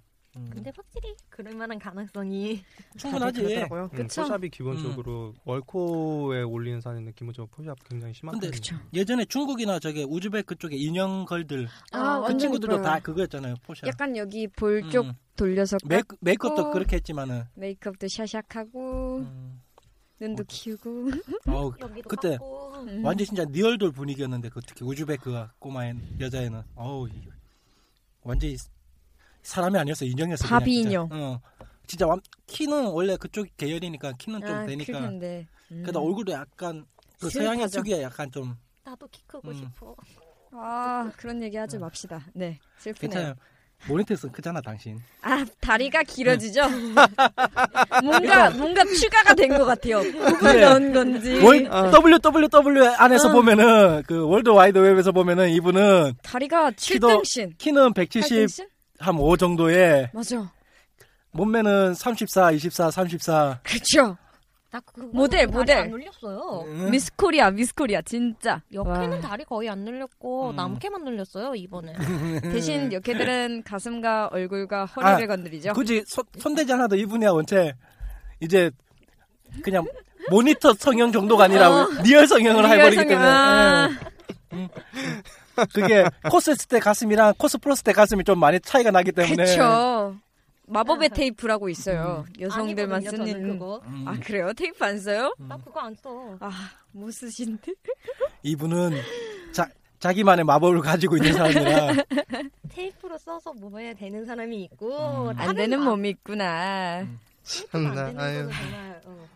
[SPEAKER 7] 근데 확실히 그럴 만한 가능성이
[SPEAKER 4] 음, 충분하지.
[SPEAKER 5] 그렇더라고요. 음,
[SPEAKER 3] 그쵸?
[SPEAKER 5] 포샵이 기본적으로
[SPEAKER 4] 음.
[SPEAKER 5] 월코에 올리는 사진은 기본적으로 포샵 굉장히 심한데
[SPEAKER 4] 근데 예전에 중국이나 저게 우즈벡 그쪽에 인형 걸들
[SPEAKER 3] 아,
[SPEAKER 7] 아,
[SPEAKER 4] 그
[SPEAKER 3] 완전
[SPEAKER 4] 친구들도
[SPEAKER 3] 이뻐요.
[SPEAKER 4] 다 음. 그거였잖아요 포샵.
[SPEAKER 3] 약간 여기 볼 쪽 어. 돌려서
[SPEAKER 4] 메, 메이크업도
[SPEAKER 3] 깎고.
[SPEAKER 4] 그렇게 했지만은.
[SPEAKER 3] 메이크업도 샤샥하고
[SPEAKER 4] 음.
[SPEAKER 3] 눈도 키우고
[SPEAKER 4] 어우,
[SPEAKER 7] 여기도
[SPEAKER 4] 그때
[SPEAKER 7] 같고
[SPEAKER 3] 음.
[SPEAKER 4] 완전 진짜 리얼돌 분위기였는데 그 특히 우즈벡 그 꼬마 애 여자애는 어우 이- 완전히 사람이 아니었어 인형이었어. 그냥
[SPEAKER 3] 바비
[SPEAKER 4] 진짜.
[SPEAKER 3] 인형.
[SPEAKER 4] 어. 진짜 완, 키는 원래 그쪽 계열이니까 키는 좀
[SPEAKER 3] 아,
[SPEAKER 4] 되니까.
[SPEAKER 3] 그런데 음.
[SPEAKER 4] 그래도 얼굴도 약간 그
[SPEAKER 3] 슬퍼져.
[SPEAKER 4] 서양의 특유의 약간 좀
[SPEAKER 7] 나도 키 크고
[SPEAKER 4] 음.
[SPEAKER 7] 싶어.
[SPEAKER 3] 아 그런 얘기 하지 맙시다. 네 슬프네요.
[SPEAKER 4] 괜찮아요. 모니터에서 크잖아 당신.
[SPEAKER 3] 아 다리가 길어지죠.
[SPEAKER 4] 네.
[SPEAKER 3] 뭔가 뭔가 추가가 된 것 같아요.
[SPEAKER 4] 네.
[SPEAKER 3] 구분 넣은 건지 네.
[SPEAKER 4] 월, 어, WWW
[SPEAKER 3] 어.
[SPEAKER 4] 안에서 보면은 그 월드 와이드 웹에서 보면은 이분은
[SPEAKER 3] 다리가
[SPEAKER 4] 키도
[SPEAKER 3] 7등신,
[SPEAKER 4] 키는 170
[SPEAKER 3] 8등신
[SPEAKER 4] 한 5 정도에
[SPEAKER 3] 맞아.
[SPEAKER 4] 몸매는 34, 24, 34.
[SPEAKER 3] 그렇죠.
[SPEAKER 7] 나 그거
[SPEAKER 3] 모델, 모델.
[SPEAKER 7] 안 눌렸어요.
[SPEAKER 4] 응?
[SPEAKER 3] 미스코리아 미스코리아 진짜.
[SPEAKER 7] 역캐는
[SPEAKER 3] 와.
[SPEAKER 7] 다리 거의 안 눌렸고
[SPEAKER 4] 음.
[SPEAKER 7] 남캐만 눌렸어요 이번에.
[SPEAKER 3] 대신 여캐들은 가슴과 얼굴과 허리를
[SPEAKER 4] 네. 아,
[SPEAKER 3] 건드리죠.
[SPEAKER 4] 굳이 손, 손대지 않아도 이분이야 원체 이제 그냥 모니터 성형 정도가 아니라 리얼 성형을 해버리기
[SPEAKER 3] 어. 리얼성형.
[SPEAKER 4] 때문에
[SPEAKER 3] 아.
[SPEAKER 4] 그게 코스 했을 때 가슴이랑 코스 플러스 때 가슴이 좀 많이 차이가 나기 때문에
[SPEAKER 3] 그쵸. 마법의 테이프라고 있어요. 여성들만
[SPEAKER 7] 네. 아니거든요, 저는
[SPEAKER 3] 쓰는.
[SPEAKER 7] 그거.
[SPEAKER 4] 음,
[SPEAKER 3] 아 그래요? 테이프 안 써요?
[SPEAKER 7] 나 그거 안 써.
[SPEAKER 3] 아 못 쓰신데?
[SPEAKER 4] 음. 이분은 자, 자기만의 마법을 가지고 있는 사람이라
[SPEAKER 7] 테이프로 써서 몸에 되는 사람이 있고
[SPEAKER 4] 음.
[SPEAKER 3] 안 되는 몸이 있구나.
[SPEAKER 7] 안
[SPEAKER 5] 나-
[SPEAKER 7] 되는
[SPEAKER 5] 아유.
[SPEAKER 7] 거는 정말. 어.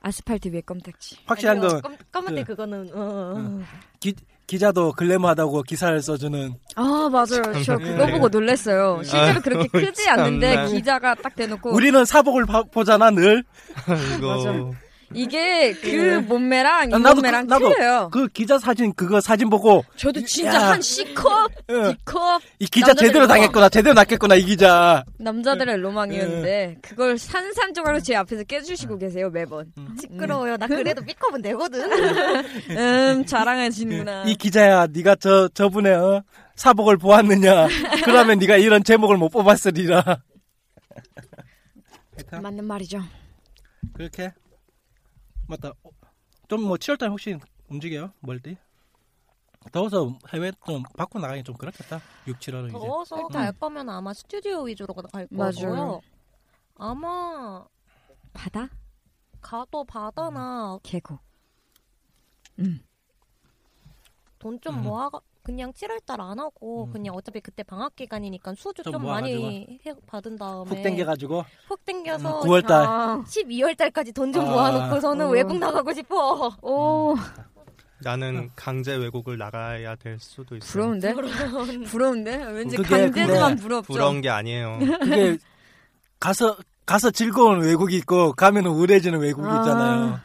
[SPEAKER 3] 아스팔트 위에 껌딱지.
[SPEAKER 4] 확실한
[SPEAKER 7] 아니요,
[SPEAKER 4] 건
[SPEAKER 7] 검- 검은 때
[SPEAKER 4] 그-
[SPEAKER 7] 그거는 어.
[SPEAKER 4] 기, 기자도 글래머하다고 기사를 써주는
[SPEAKER 3] 아 맞아요. 아, 네. 저 그거 보고 놀랐어요. 실제로 그렇게 크지 않는데 어.
[SPEAKER 5] 참나.
[SPEAKER 3] 기자가 딱 대놓고
[SPEAKER 4] 우리는 사복을 봐- 보잖아 늘
[SPEAKER 5] 이거
[SPEAKER 3] 이게 그 몸매랑 이
[SPEAKER 4] 아, 나도
[SPEAKER 3] 몸매랑
[SPEAKER 4] 그- 나도
[SPEAKER 3] 틀려요.
[SPEAKER 4] 그 기자 사진 그거 사진 보고
[SPEAKER 3] 저도 진짜
[SPEAKER 4] 야.
[SPEAKER 3] 한 C컵,
[SPEAKER 4] 응.
[SPEAKER 3] D컵
[SPEAKER 4] 이 기자
[SPEAKER 3] 남자들이 뭐?
[SPEAKER 4] 제대로
[SPEAKER 3] 좋아.
[SPEAKER 4] 당했구나 제대로 낚였구나 이 기자
[SPEAKER 3] 남자들의 로망이었는데 그걸 산산조각으로 제 앞에서 깨주시고 계세요 매번.
[SPEAKER 7] 시끄러워요. 나 그래도 B컵은 되거든.
[SPEAKER 3] 음 자랑하시는구나.
[SPEAKER 4] 이 기자야 네가 저 저분의 어, 사복을 보았느냐 그러면 네가 이런 제목을 못 뽑았으리라 하여튼
[SPEAKER 3] 아, 맞는 말이죠.
[SPEAKER 4] 그렇게 맞다 좀 뭐 7월 달에 혹시 움직여요 멀리 더워서 해외 좀 밖으로 나가기 좀 그렇겠다 6, 7월은 이제
[SPEAKER 7] 어, 더워서 갈 거면 아마 스튜디오 위주로 갈
[SPEAKER 3] 맞아요.
[SPEAKER 7] 거고요. 아마
[SPEAKER 3] 바다,
[SPEAKER 7] 가도 바다나
[SPEAKER 3] 계곡.
[SPEAKER 7] 돈 좀
[SPEAKER 4] 음.
[SPEAKER 7] 모아가 그냥 7월달 안 하고
[SPEAKER 4] 음.
[SPEAKER 7] 그냥 어차피 그때 방학 기간이니까 수주
[SPEAKER 4] 좀
[SPEAKER 7] 좀 많이 해, 받은 네. 다음에
[SPEAKER 4] 푹 땡겨가지고
[SPEAKER 7] 훅 땡겨서
[SPEAKER 4] 음, 9월 달.
[SPEAKER 3] 아,
[SPEAKER 7] 12월달까지 돈 좀
[SPEAKER 4] 아.
[SPEAKER 7] 모아놓고서는
[SPEAKER 3] 음.
[SPEAKER 7] 외국 나가고 싶어.
[SPEAKER 3] 오
[SPEAKER 5] 나는 강제 외국을 나가야 될 수도 있어.
[SPEAKER 3] 부러운데? 부러운데? 왠지
[SPEAKER 4] 그게
[SPEAKER 3] 강제로만
[SPEAKER 4] 근데
[SPEAKER 3] 부럽죠.
[SPEAKER 5] 부러운 게 아니에요.
[SPEAKER 4] 이게 가서 가서 즐거운 외국이 있고 가면 우울해지는 외국이
[SPEAKER 3] 아.
[SPEAKER 4] 있잖아요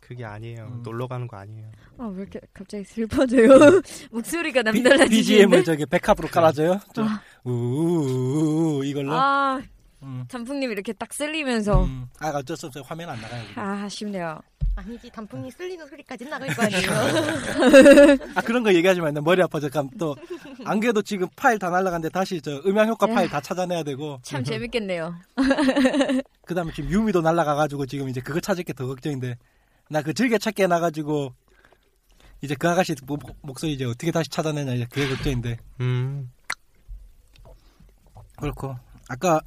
[SPEAKER 5] 그게 아니에요.
[SPEAKER 4] 음.
[SPEAKER 5] 놀러 가는 거 아니에요.
[SPEAKER 3] 아, 왜 이렇게 갑자기 슬퍼져요? 목소리가
[SPEAKER 4] B-
[SPEAKER 3] 남달라지시는데.
[SPEAKER 4] BGM을 저기 백합으로 깔아줘요. 좀 우우우 이걸로. 아,
[SPEAKER 3] 아,
[SPEAKER 4] 음.
[SPEAKER 3] 단풍님 이렇게 딱 쓸리면서
[SPEAKER 4] 음. 아 어쩔 수 없어요. 화면 안 나가요. 우리.
[SPEAKER 3] 아, 아쉽네요.
[SPEAKER 7] 아니지 단풍이 쓸리는 소리까지 나갈 거 아니에요.
[SPEAKER 4] 아 그런 거 얘기하지 마요. 나 머리 아파서 감 또. 안 그래도 지금 파일 다 날라갔는데 다시 저 음향 효과 파일 다 찾아내야 되고.
[SPEAKER 3] 참 재밌겠네요.
[SPEAKER 4] 그다음에 지금 유미도 날라가가지고 지금 이제 그거 찾을 게 더 걱정인데. 나 그 즐겨찾기 해놔가지고 이제 그 아가씨 목, 목소리 이제 어떻게 다시 찾아내냐 이제 그게 걱정인데.
[SPEAKER 5] 음.
[SPEAKER 4] 그렇고 아까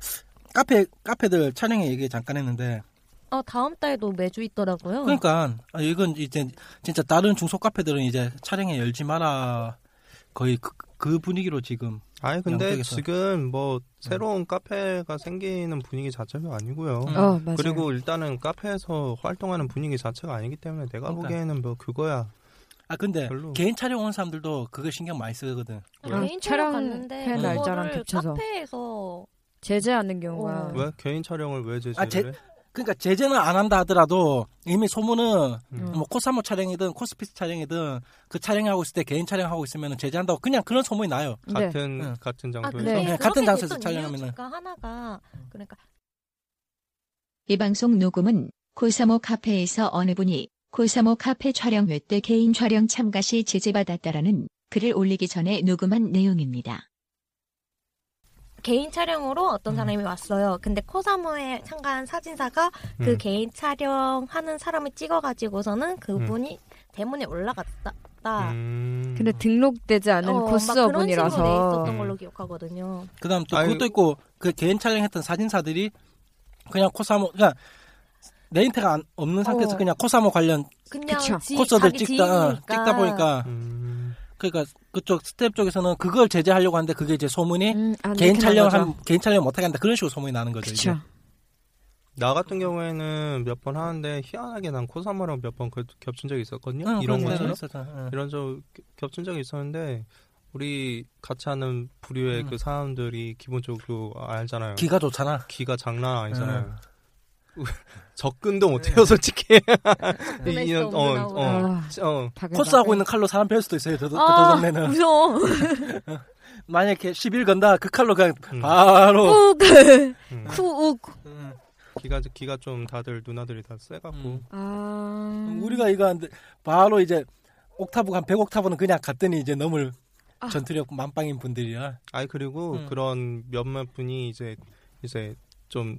[SPEAKER 4] 카페 카페들 촬영에 얘기 잠깐 했는데
[SPEAKER 7] 아 다음 달도 매주 있더라고요.
[SPEAKER 4] 그러니까 아, 이건 이제 진짜 다른 중소 카페들은 이제 촬영에 열지 마라 거의 그, 그 분위기로 지금
[SPEAKER 5] 아니 근데
[SPEAKER 4] 양쪽에서. 음.
[SPEAKER 5] 지금 뭐 새로운 카페가 생기는 분위기 자체가 아니고요.
[SPEAKER 4] 음.
[SPEAKER 3] 어, 맞아요.
[SPEAKER 5] 그리고 일단은 카페에서 활동하는 분위기 자체가 아니기 때문에 내가
[SPEAKER 4] 그러니까.
[SPEAKER 5] 보기에는 뭐 그거야.
[SPEAKER 4] 아 근데
[SPEAKER 5] 별로.
[SPEAKER 4] 개인 촬영 온 사람들도 그거 신경 많이 쓰거든
[SPEAKER 3] 아,
[SPEAKER 7] 개인
[SPEAKER 3] 촬영
[SPEAKER 7] 촬영 갔는데
[SPEAKER 3] 그
[SPEAKER 7] 그거를
[SPEAKER 3] 날짜랑 겹쳐서.
[SPEAKER 7] 카페에서
[SPEAKER 3] 제재하는 경우가 음.
[SPEAKER 7] 어.
[SPEAKER 5] 왜 개인 촬영을 왜 제재를?
[SPEAKER 4] 음. 아, 제-
[SPEAKER 5] 해?
[SPEAKER 4] 그러니까 제재는 안 한다 하더라도 이미 소문은
[SPEAKER 5] 음.
[SPEAKER 4] 뭐 코사모 촬영이든 코스피스 촬영이든 그 촬영하고 있을 때 개인 촬영하고 있으면 제재한다고 그냥 그런 소문이 나요
[SPEAKER 3] 네.
[SPEAKER 5] 같은
[SPEAKER 4] 응.
[SPEAKER 5] 같은
[SPEAKER 7] 아
[SPEAKER 5] 장소에서.
[SPEAKER 7] 근데
[SPEAKER 3] 네.
[SPEAKER 7] 그렇게
[SPEAKER 4] 같은 장소에서
[SPEAKER 7] 됐던
[SPEAKER 4] 촬영하면은.
[SPEAKER 7] 이유가 하나가 그러니까
[SPEAKER 6] 이 방송 녹음은 코사모 카페에서 어느 분이 코사모 카페 촬영 회 때 개인 촬영 참가 시 제재받았다라는 글을 올리기 전에 녹음한 내용입니다.
[SPEAKER 7] 개인 촬영으로
[SPEAKER 4] 음.
[SPEAKER 7] 어떤 사람이 왔어요. 근데 코사무에 참가한 사진사가 그
[SPEAKER 5] 음.
[SPEAKER 7] 개인 촬영하는 사람을 찍어가지고서는 그분이
[SPEAKER 4] 음.
[SPEAKER 7] 대문에 올라갔다.
[SPEAKER 5] 음.
[SPEAKER 3] 근데 등록되지 않은
[SPEAKER 7] 어, 막 그런 식으로 돼
[SPEAKER 3] 코스어분이라서
[SPEAKER 4] 음.
[SPEAKER 7] 있었던 걸로 기억하거든요.
[SPEAKER 4] 그다음 또
[SPEAKER 5] 아유.
[SPEAKER 4] 그것도 있고 그 개인 촬영했던 사진사들이 그냥 코사모 그냥 레인트가 안- 없는 상태에서
[SPEAKER 7] 어.
[SPEAKER 4] 그냥 코사모 관련
[SPEAKER 7] 그냥
[SPEAKER 3] 그쵸.
[SPEAKER 7] 지,
[SPEAKER 4] 코스들
[SPEAKER 7] 자기
[SPEAKER 4] 찍다 어,
[SPEAKER 7] 지인이니까.
[SPEAKER 4] 찍다 보니까
[SPEAKER 5] 음.
[SPEAKER 4] 그러니까 그쪽 스텝 쪽에서는 그걸 제재하려고 하는데 그게 이제 소문이
[SPEAKER 3] 음, 안
[SPEAKER 4] 개인
[SPEAKER 3] 들키는
[SPEAKER 4] 촬영
[SPEAKER 3] 거죠.
[SPEAKER 4] 한 개인 촬영 못 하게 한다 그런 식으로 소문이 나는 거죠.
[SPEAKER 3] 그쵸.
[SPEAKER 4] 이제.
[SPEAKER 5] 나 같은 경우에는 몇 번 하는데 희한하게 난 코사마랑 몇 번 겹친 적이 있었거든요.
[SPEAKER 4] 응,
[SPEAKER 5] 이런
[SPEAKER 4] 아, 그런
[SPEAKER 5] 것처럼
[SPEAKER 4] 거 있었잖아.
[SPEAKER 5] 이런 적 겹친 적이 있었는데 우리 같이 하는 부류의
[SPEAKER 4] 음.
[SPEAKER 5] 그 사람들이 기본적으로 그 알잖아요.
[SPEAKER 4] 응. 기가 음. 좋잖아.
[SPEAKER 5] 귀, 가 장난 아니잖아요. 접근도 못해요, 솔직히.
[SPEAKER 7] 접근할 수 없는 아우라.
[SPEAKER 5] 어,
[SPEAKER 3] 아,
[SPEAKER 5] 어.
[SPEAKER 3] 바글바글.
[SPEAKER 4] 코스하고 있는 칼로 사람 뺄 수도 있어요. 저, 저
[SPEAKER 3] 아,
[SPEAKER 4] 동네는
[SPEAKER 3] 무서워.
[SPEAKER 4] 음. 만약에 10일 건다 그 칼로 그냥
[SPEAKER 5] 음.
[SPEAKER 4] 바로
[SPEAKER 3] 쿡.
[SPEAKER 5] 음.
[SPEAKER 3] 쿡.
[SPEAKER 4] 음.
[SPEAKER 5] 귀가 귀가 좀 다들 누나들이 다 세갖고.
[SPEAKER 3] 아.
[SPEAKER 4] 음, 우리가 이거 하는데 바로 이제 옥타브 한 100옥타브는 그냥 갔더니 이제 넘을
[SPEAKER 3] 아.
[SPEAKER 4] 전투력 만빵인 분들이야.
[SPEAKER 5] 아이 그리고
[SPEAKER 4] 음.
[SPEAKER 5] 그런 몇몇 분이 이제 이제 좀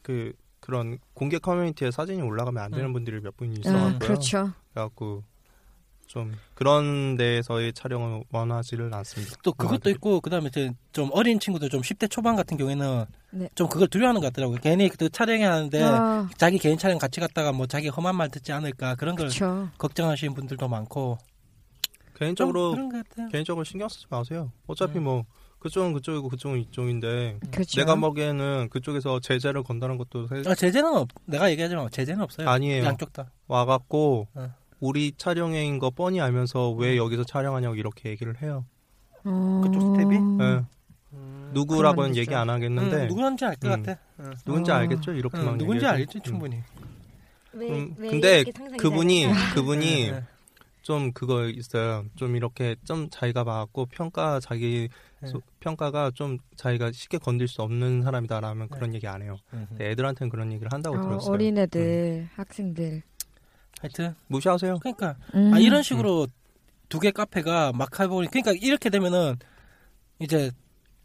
[SPEAKER 5] 그 그런 공개 커뮤니티에 사진이 올라가면 안 되는
[SPEAKER 4] 음.
[SPEAKER 5] 분들이 몇 분이 있어갖고요.
[SPEAKER 3] 아, 그렇죠.
[SPEAKER 5] 그래갖고 좀 그런 데에서의 촬영을 원하지를 않습니다.
[SPEAKER 4] 또 아, 그것도 있고 그다음에 이제 좀 어린 친구들 좀 10대 초반 같은 경우에는
[SPEAKER 3] 네.
[SPEAKER 4] 좀 그걸 두려워하는 것 같더라고요. 괜히 그 촬영해 하는데
[SPEAKER 3] 아,
[SPEAKER 4] 자기 개인 촬영 같이 갔다가 뭐 자기 험한 말 듣지 않을까 그런 걸
[SPEAKER 3] 그렇죠.
[SPEAKER 4] 걱정하시는 분들도 많고
[SPEAKER 5] 개인적으로
[SPEAKER 4] 어, 그런 것 같아요.
[SPEAKER 5] 개인적으로 신경 쓰지 마세요. 어차피
[SPEAKER 4] 음.
[SPEAKER 5] 뭐 그쪽은 그쪽이고 그쪽은 이쪽인데
[SPEAKER 3] 그렇죠.
[SPEAKER 5] 내가
[SPEAKER 4] 뭐
[SPEAKER 5] 보기에는 그쪽에서 제재를 건다는 것도 세-
[SPEAKER 4] 아, 제재는 없, 내가 얘기하지만 제재는 없어요.
[SPEAKER 5] 아니에요.
[SPEAKER 4] 양쪽 다.
[SPEAKER 5] 와갖고
[SPEAKER 4] 어.
[SPEAKER 5] 우리 촬영인 거 뻔히 알면서 왜
[SPEAKER 4] 음.
[SPEAKER 5] 여기서 촬영하냐고 이렇게 얘기를 해요.
[SPEAKER 3] 어...
[SPEAKER 4] 그쪽 스텝이?
[SPEAKER 5] 예.
[SPEAKER 3] 그런
[SPEAKER 5] 누구라고는
[SPEAKER 3] 건
[SPEAKER 5] 얘기
[SPEAKER 3] 있죠.
[SPEAKER 5] 안 하겠는데
[SPEAKER 4] 음, 누군지 알 것
[SPEAKER 5] 음.
[SPEAKER 4] 같아.
[SPEAKER 5] 누군지
[SPEAKER 3] 아.
[SPEAKER 5] 알겠죠? 이렇게
[SPEAKER 4] 음,
[SPEAKER 5] 막
[SPEAKER 4] 누군지
[SPEAKER 5] 얘기해서.
[SPEAKER 4] 알지
[SPEAKER 5] 음.
[SPEAKER 4] 충분히.
[SPEAKER 7] 왜,
[SPEAKER 5] 음,
[SPEAKER 7] 왜
[SPEAKER 5] 근데
[SPEAKER 7] 이렇게 상상이
[SPEAKER 5] 그분이
[SPEAKER 7] 잘될까?
[SPEAKER 5] 그분이
[SPEAKER 4] 네, 네.
[SPEAKER 5] 좀 그거 있어요. 좀 이렇게 좀 자기가 맞고 평가 자기
[SPEAKER 4] 네.
[SPEAKER 5] 소- 평가가 좀 자기가 쉽게 건들 수 없는
[SPEAKER 4] 네.
[SPEAKER 5] 사람이다라면 그런 얘기 안 해요. 근데
[SPEAKER 4] 음.
[SPEAKER 5] 애들한테는 그런 얘기를 한다고 들었어요.
[SPEAKER 3] 어린애들, 학생들.
[SPEAKER 4] 하여튼
[SPEAKER 5] 무시하세요.
[SPEAKER 4] 그러니까
[SPEAKER 3] 음.
[SPEAKER 4] 아, 이런 식으로 두 개 카페가 막 해보니 그러니까 이렇게 되면은 이제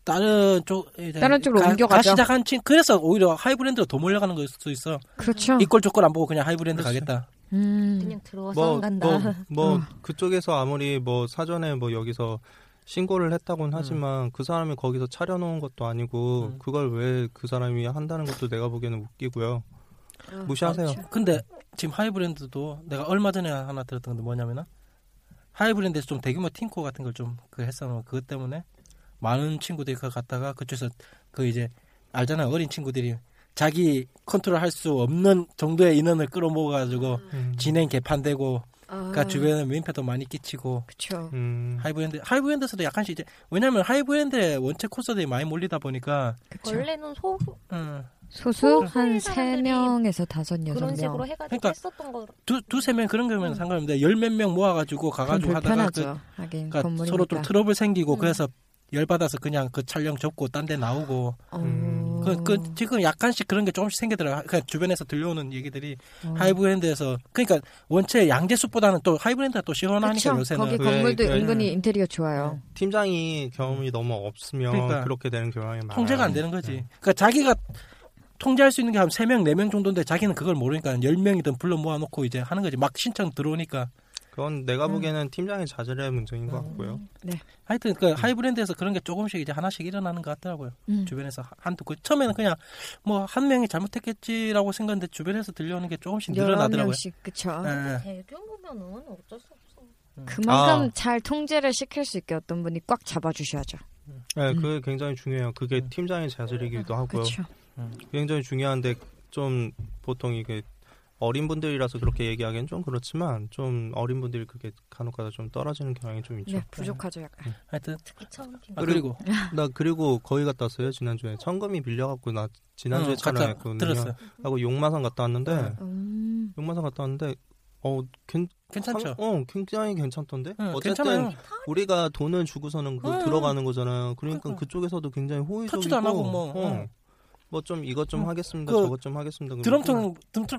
[SPEAKER 4] 다른 쪽 이제
[SPEAKER 3] 다른 쪽으로
[SPEAKER 4] 가-
[SPEAKER 3] 옮겨가죠.
[SPEAKER 4] 가시 시작한 친 그래서 오히려 하이브랜드로 더 몰려가는 걸 수도 있어.
[SPEAKER 3] 그렇죠.
[SPEAKER 4] 이꼴 저꼴 안 보고 그냥 하이브랜드
[SPEAKER 5] 그렇지.
[SPEAKER 4] 가겠다.
[SPEAKER 3] 음.
[SPEAKER 7] 그냥 들어서
[SPEAKER 5] 뭐,
[SPEAKER 7] 안 간다.
[SPEAKER 5] 뭐, 뭐
[SPEAKER 3] 어.
[SPEAKER 4] 음.
[SPEAKER 5] 그쪽에서 아무리 뭐 사전에 뭐 여기서 신고를 했다곤 하지만 그 사람이 거기서 차려놓은 것도 아니고
[SPEAKER 4] 음.
[SPEAKER 5] 그걸 왜 그 사람이 한다는 것도 내가 보기에는 웃기고요. 무시하세요.
[SPEAKER 4] 근데 지금 하이브랜드도 내가 얼마 전에 하나 들었던 건 뭐냐면은 하이브랜드에서 좀 대규모 팅코 같은 걸 좀 그 했어. 그것 때문에 많은 친구들이 그 갔다가 그쪽에서 그 이제 알잖아 어린 친구들이 자기 컨트롤할 수 없는 정도의 인원을 끌어모아가지고
[SPEAKER 5] 음.
[SPEAKER 4] 진행 개판되고
[SPEAKER 3] 아,
[SPEAKER 4] 그러니까 주변에 민폐도 많이 끼치고
[SPEAKER 3] 그쵸.
[SPEAKER 5] 음.
[SPEAKER 4] 하이브랜드 하이브랜드에서도 약간씩 이제 왜냐면 하이브랜드에 원체 콘서트에 많이 몰리다 보니까
[SPEAKER 3] 그쵸.
[SPEAKER 7] 원래는 소
[SPEAKER 4] 음,
[SPEAKER 3] 소수 한
[SPEAKER 7] 소수의
[SPEAKER 3] 세
[SPEAKER 7] 사람들이
[SPEAKER 3] 명에서 다섯 여섯
[SPEAKER 7] 그런 식으로
[SPEAKER 3] 명
[SPEAKER 7] 해가지고
[SPEAKER 4] 그러니까
[SPEAKER 7] 했었던 거.
[SPEAKER 4] 두 두세 명 그런 거면 상관없는데 열 몇 명 모아가지고
[SPEAKER 3] 그럼
[SPEAKER 4] 가가지고 하다가 그,
[SPEAKER 3] 불편하죠. 하긴
[SPEAKER 4] 그러니까
[SPEAKER 3] 건물이니까.
[SPEAKER 4] 서로 좀 트러블 생기고
[SPEAKER 7] 음.
[SPEAKER 4] 그래서 열 받아서 그냥 그 촬영 접고 딴 데 나오고
[SPEAKER 3] 어.
[SPEAKER 5] 음.
[SPEAKER 4] 그, 그 지금 약간씩 그런 게 조금씩 생기더라. 그 주변에서 들려오는 얘기들이
[SPEAKER 3] 어.
[SPEAKER 4] 하이브랜드에서 그러니까 원체 양재숲보다는 또 하이브랜드가 또 시원하니까
[SPEAKER 3] 그쵸.
[SPEAKER 4] 요새는
[SPEAKER 3] 거기
[SPEAKER 4] 네,
[SPEAKER 5] 그-
[SPEAKER 3] 건물도
[SPEAKER 5] 그-
[SPEAKER 3] 은근히 인테리어 좋아요.
[SPEAKER 5] 팀장이 경험이 너무
[SPEAKER 4] 음.
[SPEAKER 5] 없으면
[SPEAKER 4] 그러니까.
[SPEAKER 5] 그렇게 되는 경향이 많아요. 네.
[SPEAKER 4] 통제가 안 되는 거지. 그러니까 자기가 통제할 수 있는 게 한 세명네 명 정도인데 자기는 그걸 모르니까 열명이든 불러 모아놓고 이제 하는 거지. 막 신청 들어오니까.
[SPEAKER 5] 그건 내가
[SPEAKER 4] 음.
[SPEAKER 5] 보기에는 팀장의 자질의 문제인 것 같고요.
[SPEAKER 4] 하여튼 그 하이브랜드에서 그런 게 조금씩 이제 하나씩 일어나는 것 같더라고요.
[SPEAKER 3] 음.
[SPEAKER 4] 주변에서 한두 그 처음에는 그냥 뭐 한 명이 잘못했겠지라고 생각했는데 주변에서 들려오는 게 조금씩
[SPEAKER 3] 여러
[SPEAKER 4] 늘어나더라고요.
[SPEAKER 3] 명씩 그쵸.
[SPEAKER 4] 예.
[SPEAKER 7] 대규모면은 어쩔 수 없어.
[SPEAKER 3] 그만큼
[SPEAKER 5] 아.
[SPEAKER 3] 잘 통제를 시킬 수 있게 어떤 분이 꽉 잡아주셔야죠.
[SPEAKER 5] 네,
[SPEAKER 4] 음.
[SPEAKER 5] 그게 굉장히 중요해요. 그게
[SPEAKER 4] 네.
[SPEAKER 5] 팀장의 자질이기도
[SPEAKER 4] 아,
[SPEAKER 5] 하고요.
[SPEAKER 3] 그렇죠.
[SPEAKER 5] 굉장히 중요한데 좀 보통 이게 어린 분들이라서 그렇게 얘기하기엔 좀 그렇지만 좀 어린 분들이 그게 간혹가다 좀 떨어지는 경향이 좀 있죠.
[SPEAKER 3] 네, 부족하죠 약간.
[SPEAKER 4] 하여튼
[SPEAKER 7] 특히 처음 빈.
[SPEAKER 4] 아, 그리고
[SPEAKER 5] 나 그리고 거기 갔다 왔어요 지난주에 청금이 밀려갖고 나 지난주에
[SPEAKER 4] 음, 갔다
[SPEAKER 5] 촬영했거든요.
[SPEAKER 4] 들었어요. 네.
[SPEAKER 5] 하고 용마산 갔다 왔는데
[SPEAKER 3] 음.
[SPEAKER 5] 용마산 갔다 왔는데 어, 괜,
[SPEAKER 4] 괜찮죠.
[SPEAKER 5] 어 굉장히 괜찮던데.
[SPEAKER 4] 응,
[SPEAKER 5] 어쨌든
[SPEAKER 4] 괜찮아요.
[SPEAKER 5] 우리가 돈을 주고서는 그
[SPEAKER 4] 응, 응.
[SPEAKER 5] 들어가는 거잖아요. 그러니까
[SPEAKER 4] 그러니까.
[SPEAKER 5] 그쪽에서도 굉장히 호의적이고 어,
[SPEAKER 4] 터치도 안 하고 뭐, 응.
[SPEAKER 5] 뭐좀 이것 좀
[SPEAKER 4] 응.
[SPEAKER 5] 하겠습니다.
[SPEAKER 4] 그
[SPEAKER 5] 저것 좀 하겠습니다.
[SPEAKER 4] 드럼통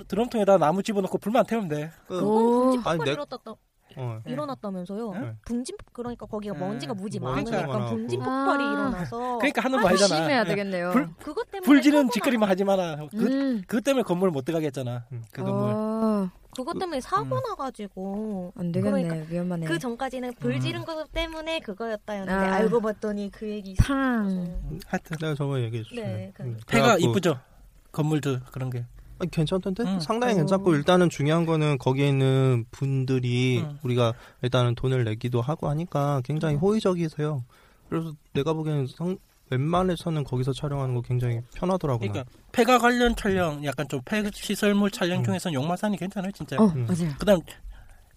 [SPEAKER 4] 드럼, 통에다 나무 집어넣고 불만 태우면 돼.
[SPEAKER 5] 그,
[SPEAKER 3] 오.
[SPEAKER 7] 아니
[SPEAKER 5] 아니, 내-
[SPEAKER 7] 내 일어났다,
[SPEAKER 5] 어.
[SPEAKER 7] 일어났다면서요.
[SPEAKER 5] 네.
[SPEAKER 7] 붕진 그러니까 거기가
[SPEAKER 4] 네.
[SPEAKER 7] 먼지가 무지 많으니까
[SPEAKER 5] 먼지가 많아갖고.
[SPEAKER 7] 붕진 폭발이
[SPEAKER 3] 아.
[SPEAKER 7] 일어나서
[SPEAKER 4] 그러니까 하는 거 아니잖아.
[SPEAKER 3] 조심해야
[SPEAKER 4] 예.
[SPEAKER 3] 되겠네요.
[SPEAKER 4] 불-
[SPEAKER 7] 그것 때문에
[SPEAKER 4] 불지는
[SPEAKER 7] 사고나-
[SPEAKER 4] 짓거리만 하지 마라. 그
[SPEAKER 3] 음.
[SPEAKER 4] 그 때문에 건물 못 들어가겠잖아.
[SPEAKER 5] 음.
[SPEAKER 4] 그 건물.
[SPEAKER 3] 어,
[SPEAKER 7] 그것 때문에 사고
[SPEAKER 4] 음.
[SPEAKER 7] 나가지고
[SPEAKER 3] 안 되겠네.
[SPEAKER 7] 그러니까
[SPEAKER 3] 위험하네.
[SPEAKER 7] 그 전까지는 불 지른
[SPEAKER 4] 음.
[SPEAKER 7] 것 때문에 그거였다였는데
[SPEAKER 3] 아.
[SPEAKER 7] 알고 봤더니 그 얘기
[SPEAKER 3] 팡.
[SPEAKER 7] 있어서.
[SPEAKER 4] 음, 하여튼
[SPEAKER 5] 내가 저번에 얘기해 주셨어요. 음,
[SPEAKER 7] 네, 그-
[SPEAKER 4] 폐가
[SPEAKER 5] 그래갖고-
[SPEAKER 4] 이쁘죠. 건물도 그런 게.
[SPEAKER 5] 아니, 괜찮던데?
[SPEAKER 4] 응.
[SPEAKER 5] 상당히
[SPEAKER 3] 어.
[SPEAKER 7] 음.
[SPEAKER 5] 괜찮고 일단은 중요한 거는 거기에 있는 분들이
[SPEAKER 4] 응.
[SPEAKER 5] 우리가 일단은 돈을 내기도 하고 하니까 굉장히 호의적이세요. 그래서 내가 보기에는 상- 웬만해서는 거기서 촬영하는 거 굉장히 편하더라고요.
[SPEAKER 4] 그러니까 폐가 관련 촬영, 약간 좀 폐 시설물 촬영
[SPEAKER 5] 음.
[SPEAKER 4] 중에서는 용마산이 괜찮아요, 진짜.
[SPEAKER 3] 어
[SPEAKER 5] 음.
[SPEAKER 3] 맞아요.
[SPEAKER 4] 네. 그다음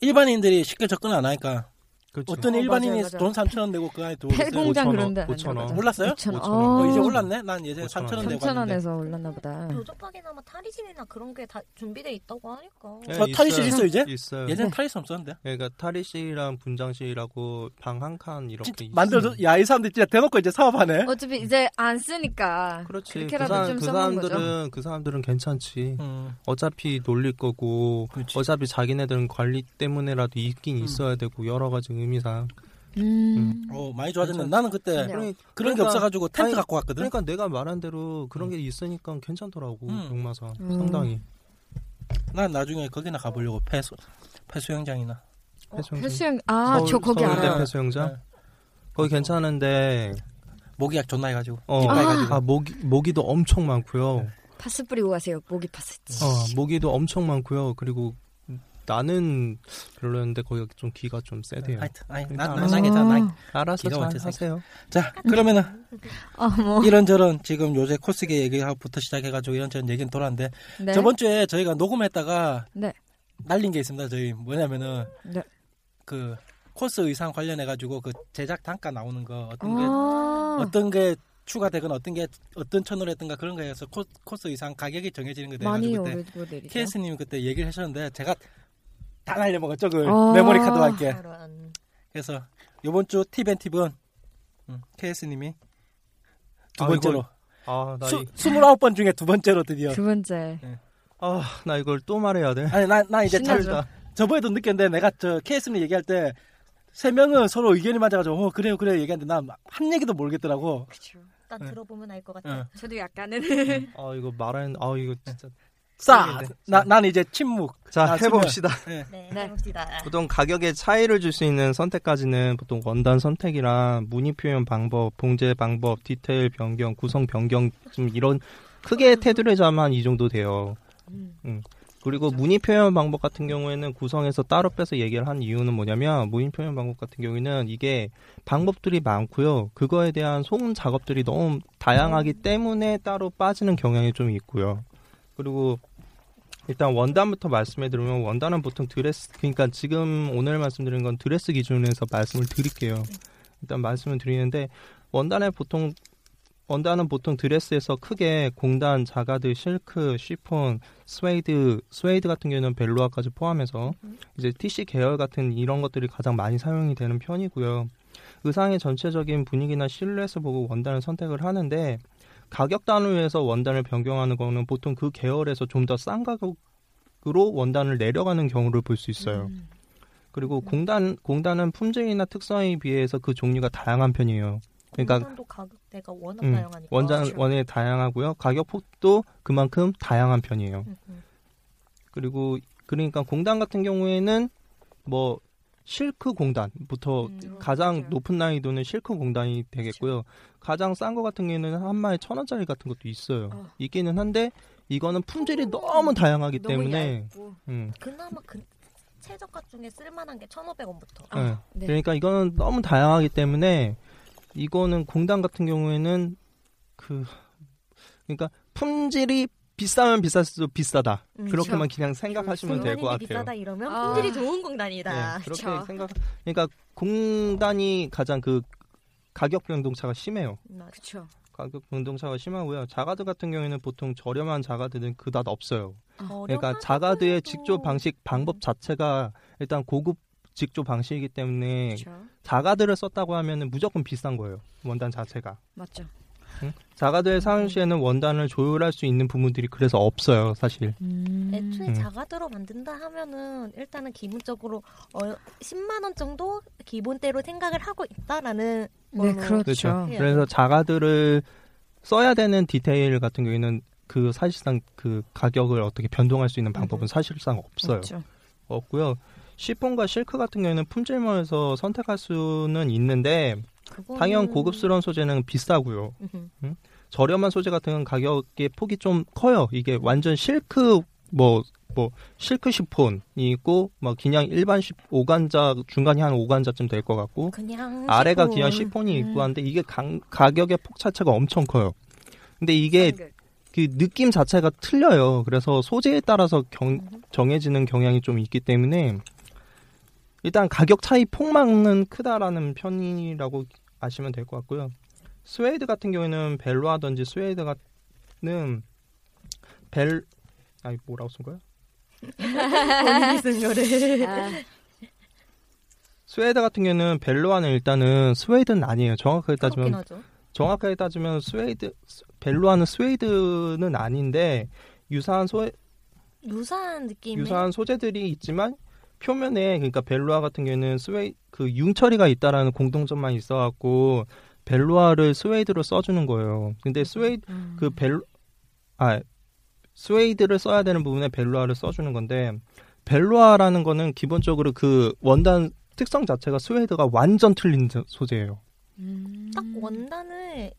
[SPEAKER 4] 일반인들이 쉽게 접근 안 하니까
[SPEAKER 5] 그렇지.
[SPEAKER 4] 어떤
[SPEAKER 3] 어,
[SPEAKER 4] 일반인이
[SPEAKER 3] 맞아요, 맞아요.
[SPEAKER 4] 돈 3천 원 내고 그 안에 들어오고
[SPEAKER 3] 폐
[SPEAKER 4] 있어요.
[SPEAKER 5] 공장
[SPEAKER 3] 공장
[SPEAKER 5] 5,000원,
[SPEAKER 3] 그런데
[SPEAKER 5] 5,000원.
[SPEAKER 4] 몰랐어요?
[SPEAKER 3] 5천 원.
[SPEAKER 5] 5,000원.
[SPEAKER 4] 어,
[SPEAKER 5] 어.
[SPEAKER 4] 이제 올랐네. 난 예전에
[SPEAKER 5] 5,000
[SPEAKER 4] 3천 원 내고
[SPEAKER 3] 3천
[SPEAKER 4] 왔는데.
[SPEAKER 3] 원에서 올랐나 보다.
[SPEAKER 5] 네?
[SPEAKER 7] 도적박이나 뭐 타리진이나 그런 게 다 준비돼 있다고 하니까
[SPEAKER 5] 네,
[SPEAKER 4] 어, 탈의실 있어, 이제?
[SPEAKER 5] 있어요.
[SPEAKER 4] 예전에
[SPEAKER 3] 네.
[SPEAKER 4] 타이스 없었는데.
[SPEAKER 5] 예, 그러니까 탈의실이랑 분장실이라고 방 한 칸 이렇게
[SPEAKER 4] 진짜 예.
[SPEAKER 5] 있어요.
[SPEAKER 4] 만들어서 야 이 사람들 진짜 대놓고 이제 사업하네.
[SPEAKER 3] 어차피 이제 안 쓰니까.
[SPEAKER 5] 그렇지. 그,
[SPEAKER 3] 그렇게라도
[SPEAKER 5] 사람,
[SPEAKER 3] 좀
[SPEAKER 5] 그
[SPEAKER 3] 써먹는 거죠.
[SPEAKER 5] 사람들은 그 사람들은
[SPEAKER 3] 어.
[SPEAKER 5] 괜찮지.
[SPEAKER 4] 음,
[SPEAKER 5] 어차피 놀릴 거고
[SPEAKER 4] 그렇지. 음.
[SPEAKER 5] 어차피 자기네들은 관리 때문에라도 있긴 있어야 되고 여러 가지 의미상.
[SPEAKER 3] 음.
[SPEAKER 4] 어, 많이 좋아졌네. 나는
[SPEAKER 3] 네.
[SPEAKER 4] 그때
[SPEAKER 5] 그러니까,
[SPEAKER 4] 그런 게 없어가지고 텐트
[SPEAKER 5] 아니,
[SPEAKER 4] 갖고 왔거든.
[SPEAKER 5] 그러니까 내가 말한 대로 그런 게 있으니까 괜찮더라고
[SPEAKER 4] 음.
[SPEAKER 5] 용마산
[SPEAKER 3] 음.
[SPEAKER 5] 상당히.
[SPEAKER 4] 난 나중에 거기나 가보려고 폐수 폐수영장이나.
[SPEAKER 5] 해수영장.
[SPEAKER 3] 헬스장 아저
[SPEAKER 5] 어, 서울-
[SPEAKER 3] 거기
[SPEAKER 5] 서울대
[SPEAKER 3] 알아요.
[SPEAKER 5] 해수영장
[SPEAKER 4] 네.
[SPEAKER 5] 거기 괜찮은데
[SPEAKER 4] 모기약 존나 해가지고.
[SPEAKER 5] 어,
[SPEAKER 4] 이빨
[SPEAKER 5] 아, 모기 모기도 엄청 많고요.
[SPEAKER 4] 네.
[SPEAKER 3] 파스 뿌리고 가세요. 모기 파스지.
[SPEAKER 5] 어, 모기도 엄청 많고요. 그리고 나는 별로였는데 거기가 좀 기가 좀 세대요.
[SPEAKER 4] 하여튼 아니
[SPEAKER 5] 그러니까
[SPEAKER 4] 난안
[SPEAKER 5] 알아서-
[SPEAKER 4] 하겠잖아.
[SPEAKER 3] 음.
[SPEAKER 4] 난-
[SPEAKER 5] 알아서
[SPEAKER 4] 기가
[SPEAKER 5] 잘
[SPEAKER 4] 막혀서
[SPEAKER 5] 하세요.
[SPEAKER 4] 자 그러면은
[SPEAKER 3] 아 뭐.
[SPEAKER 4] 이런저런 지금 요새 코스게 얘기부터 시작해가지고 이런저런 얘기는 돌았는데
[SPEAKER 3] 네.
[SPEAKER 4] 저번 주에 저희가 녹음했다가
[SPEAKER 3] 네.
[SPEAKER 4] 날린 게 있습니다. 저희 뭐냐면은
[SPEAKER 3] 네.
[SPEAKER 4] 그
[SPEAKER 5] 네,
[SPEAKER 4] 코스 의상 관련해 가지고 그 제작 단가 나오는 거 어떤 게
[SPEAKER 3] 아.
[SPEAKER 4] 어떤 게 추가되거나 어떤 게 어떤 천으로 했던가 그런 거에 해서 코, 스 이상 가격이 정해지는 거에
[SPEAKER 3] 많이
[SPEAKER 4] 대해서 그때
[SPEAKER 3] 오르고 내리죠.
[SPEAKER 4] TS님이 그때 얘기를 하셨는데 제가 다 날려먹었죠 그
[SPEAKER 3] 아.
[SPEAKER 4] 메모리 카드와 함께
[SPEAKER 7] 저런.
[SPEAKER 4] 그래서 이번 주 팁앤 팁은 음, KS님이 두
[SPEAKER 5] 아,
[SPEAKER 4] 번째로
[SPEAKER 5] 아, 나,
[SPEAKER 4] 수,
[SPEAKER 5] 이,
[SPEAKER 4] 29번 중에 두 번째로 드디어
[SPEAKER 3] 두 번째.
[SPEAKER 5] 아, 나 이걸 또 말해야 돼.
[SPEAKER 4] 아니 나, 나 이제 참,
[SPEAKER 3] 신나죠.
[SPEAKER 4] 저번에도 느꼈는데 내가 저 KS님 얘기할 때 세 명은 서로 의견이 맞아가지고 어 그래요 그래요 얘기하는데 난 한 얘기도 모르겠더라고
[SPEAKER 7] 그쵸. 딱
[SPEAKER 4] 응.
[SPEAKER 7] 들어보면 알 것 같아.
[SPEAKER 4] 응.
[SPEAKER 3] 저도 약간은
[SPEAKER 5] 아, 이거 말하는, 아, 이거 진짜.
[SPEAKER 4] 싸! 나, 난 이제 침묵
[SPEAKER 5] 자,
[SPEAKER 4] 아,
[SPEAKER 5] 해봅시다.
[SPEAKER 7] 네,
[SPEAKER 3] 네.
[SPEAKER 7] 해봅시다.
[SPEAKER 5] 보통 가격의 차이를 줄 수 있는 선택까지는 보통 원단 선택이랑 무늬 표현 방법, 봉제 방법, 디테일 변경, 구성 변경 좀 이런 크게 테두리 잡으면 한이 정도 돼요.
[SPEAKER 7] 음.
[SPEAKER 5] 그리고 무늬 표현 방법 같은 경우에는 구성에서 따로 빼서 얘기를 한 이유는 뭐냐면 무늬 표현 방법 같은 경우에는 이게 방법들이 많고요. 그거에 대한 소음 작업들이 너무 다양하기 때문에 따로 빠지는 경향이 좀 있고요. 그리고 일단 원단부터 말씀해 드리면 원단은 보통 드레스 그러니까 지금 오늘 말씀드린 건 드레스 기준에서 말씀을 드릴게요. 일단 말씀을 드리는데 원단에 보통 원단은 보통 드레스에서 크게 공단, 자가드, 실크, 쉬폰, 스웨이드, 스웨이드 같은 경우는 벨로아까지 포함해서 이제 TC 계열 같은 이런 것들이 가장 많이 사용이 되는 편이고요. 의상의 전체적인 분위기나 실루엣을 보고 원단을 선택을 하는데 가격 단위에서 원단을 변경하는 거는 보통 그 계열에서 좀 더 싼 가격으로 원단을 내려가는 경우를 볼 수 있어요.
[SPEAKER 7] 음.
[SPEAKER 5] 그리고 공단 공단은 품질이나 특성에 비해서 그 종류가 다양한 편이에요. 그러니까
[SPEAKER 7] 공산도 가격대가 워낙
[SPEAKER 5] 음,
[SPEAKER 7] 다양하니까.
[SPEAKER 5] 원장 원에 다양하고요. 가격 폭도 그만큼 다양한 편이에요.
[SPEAKER 7] 음, 음.
[SPEAKER 5] 그리고 그러니까 공단 같은 경우에는 뭐 실크 공단부터
[SPEAKER 7] 음,
[SPEAKER 5] 가장
[SPEAKER 3] 그렇죠.
[SPEAKER 7] 맞아요.
[SPEAKER 5] 높은 난이도는 실크 공단이 되겠고요. 가장 싼 거 같은 경우에는 한 마에 천 원짜리 같은 것도 있어요.
[SPEAKER 3] 어.
[SPEAKER 5] 있기는 한데 이거는 품질이 너무 다양하기
[SPEAKER 3] 너무
[SPEAKER 5] 때문에
[SPEAKER 3] 얇고.
[SPEAKER 5] 음,
[SPEAKER 7] 그나마 그 최저가 중에 쓸만한 게 1,500원부터.
[SPEAKER 5] 네.
[SPEAKER 3] 네.
[SPEAKER 5] 그러니까 이거는 너무 다양하기 때문에 이거는 공단 같은 경우에는 그 그러니까 품질이 비싸면 비쌀수록 비싸다.
[SPEAKER 7] 음,
[SPEAKER 5] 그렇게만 그냥 생각하시면 될 것
[SPEAKER 7] 공단인데
[SPEAKER 5] 같아요.
[SPEAKER 7] 비싸다 그렇죠. 이러면
[SPEAKER 3] 아.
[SPEAKER 7] 품질이 좋은 공단이다.
[SPEAKER 5] 네, 그렇게
[SPEAKER 3] 그쵸.
[SPEAKER 5] 생각. 그러니까 공단이 가장 그 가격 변동차가 심해요.
[SPEAKER 7] 맞아.
[SPEAKER 3] 그쵸.
[SPEAKER 5] 가격 변동차가 심하고요. 자가드 같은 경우에는 보통 저렴한 자가드는 그닥 없어요.
[SPEAKER 3] 음.
[SPEAKER 5] 그러니까
[SPEAKER 7] 어려운
[SPEAKER 5] 자가드의
[SPEAKER 7] 상황에서도-
[SPEAKER 5] 직조 방식 방법 자체가 일단 고급 직조 방식이기 때문에
[SPEAKER 3] 그쵸.
[SPEAKER 5] 자가드를 썼다고 하면은 무조건 비싼 거예요. 원단 자체가.
[SPEAKER 3] 맞죠.
[SPEAKER 5] 자가드의 사용 시에는 원단을 조율할 수 있는 부분들이 그래서 없어요, 사실.
[SPEAKER 3] 네,
[SPEAKER 7] 애초에
[SPEAKER 5] 음.
[SPEAKER 7] 자가드로 만든다 하면은 일단은 기본적으로 어, 10만 원 정도 기본대로 생각을 하고 있다라는
[SPEAKER 3] 네,
[SPEAKER 7] 걸로
[SPEAKER 3] 그렇죠.
[SPEAKER 7] 해야
[SPEAKER 5] 그래서 자가드를 써야 되는 디테일 같은 경우에는 그 사실상 그 가격을 어떻게 변동할 수 있는 방법은 사실상 없어요.
[SPEAKER 3] 맞죠.
[SPEAKER 5] 없고요. 시폰과 실크 같은 경우에는 품질만에서 선택할 수는 있는데
[SPEAKER 7] 그거는-
[SPEAKER 5] 당연 고급스러운 소재는 비싸고요.
[SPEAKER 7] 음,
[SPEAKER 5] 저렴한 소재 같은 건 가격의 폭이 좀 커요. 이게 완전 실크 뭐 뭐 실크 시폰이 있고 뭐 그냥 일반 시, 오간자 중간이 한 오간자쯤 될 것 같고
[SPEAKER 7] 그냥
[SPEAKER 5] 아래가
[SPEAKER 7] 시폰.
[SPEAKER 5] 그냥 시폰이 있고 한데 이게 강- 가격의 폭 자체가 엄청 커요. 근데 이게 그 느낌 자체가 틀려요. 그래서 소재에 따라서 경- 정해지는 경향이 좀 있기 때문에 일단 가격 차이 폭만은 크다라는 편이라고 아시면 될 것 같고요. 스웨이드 같은 경우에는 벨로하든지 스웨이드 같은 벨 아니 뭐라고 쓴 거야?
[SPEAKER 7] 본인이 쓴 거를
[SPEAKER 5] 스웨이드 같은 경우는 벨로아는 일단은 스웨이드는 아니에요. 정확하게 따지면
[SPEAKER 7] 그렇긴 하죠.
[SPEAKER 5] 정확하게 따지면 스웨이드 스- 벨로아는 스웨이드는 아닌데 유사한 소
[SPEAKER 7] 유사한 느낌의
[SPEAKER 5] 유사한 소재들이 있지만 표면에 그러니까 벨로아 같은 경우에는 스웨이 그 융처리가 있다라는 공통점만 있어갖고 벨로아를 스웨이드로 써주는 거예요. 근데 스웨이 그 벨 아 스웨이드를 써야 되는 부분에 벨로아를 써주는 건데 벨로아라는 거는 기본적으로 그 원단 특성 자체가 스웨이드가 완전 틀린 저- 소재예요.
[SPEAKER 7] 딱
[SPEAKER 5] 음.
[SPEAKER 7] 원단을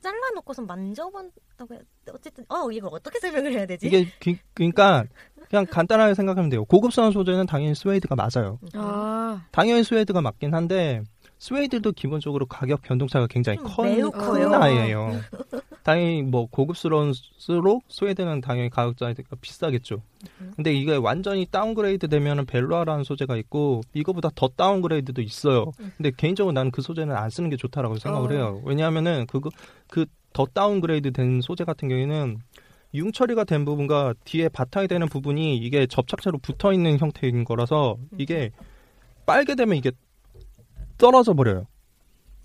[SPEAKER 7] 잘라놓고선 만져본다고 해야 어쨌든 어 이걸 어떻게 설명을 해야 되지?
[SPEAKER 5] 이게 기- 그러니까 그냥 간단하게 생각하면 돼요. 고급스러운 소재는 당연히 스웨이드가 맞아요.
[SPEAKER 7] 음.
[SPEAKER 3] 아,
[SPEAKER 5] 당연히 스웨이드가 맞긴 한데 스웨이드도 기본적으로 가격 변동차가 굉장히
[SPEAKER 7] 음, 매우
[SPEAKER 5] 커요.
[SPEAKER 3] 어.
[SPEAKER 7] 커요. 어.
[SPEAKER 5] 큰 아이예요. 당연히 뭐 고급스러운수록 스웨이드는 당연히 가격대가 비싸겠죠.
[SPEAKER 7] 음.
[SPEAKER 5] 근데 이게 완전히 다운그레이드 되면은 벨루아라는 소재가 있고 이거보다 더 다운그레이드도 있어요.
[SPEAKER 7] 음.
[SPEAKER 5] 근데 개인적으로 나는 그 소재는 안 쓰는 게 좋다라고
[SPEAKER 7] 어.
[SPEAKER 5] 생각을 해요. 왜냐하면은 그거 그 더 다운그레이드 된 소재 같은 경우에는 융 처리가 된 부분과 뒤에 바탕이 되는 부분이 이게 접착제로 붙어 있는 형태인 거라서 이게
[SPEAKER 7] 음.
[SPEAKER 5] 빨게 되면 이게 떨어져 버려요.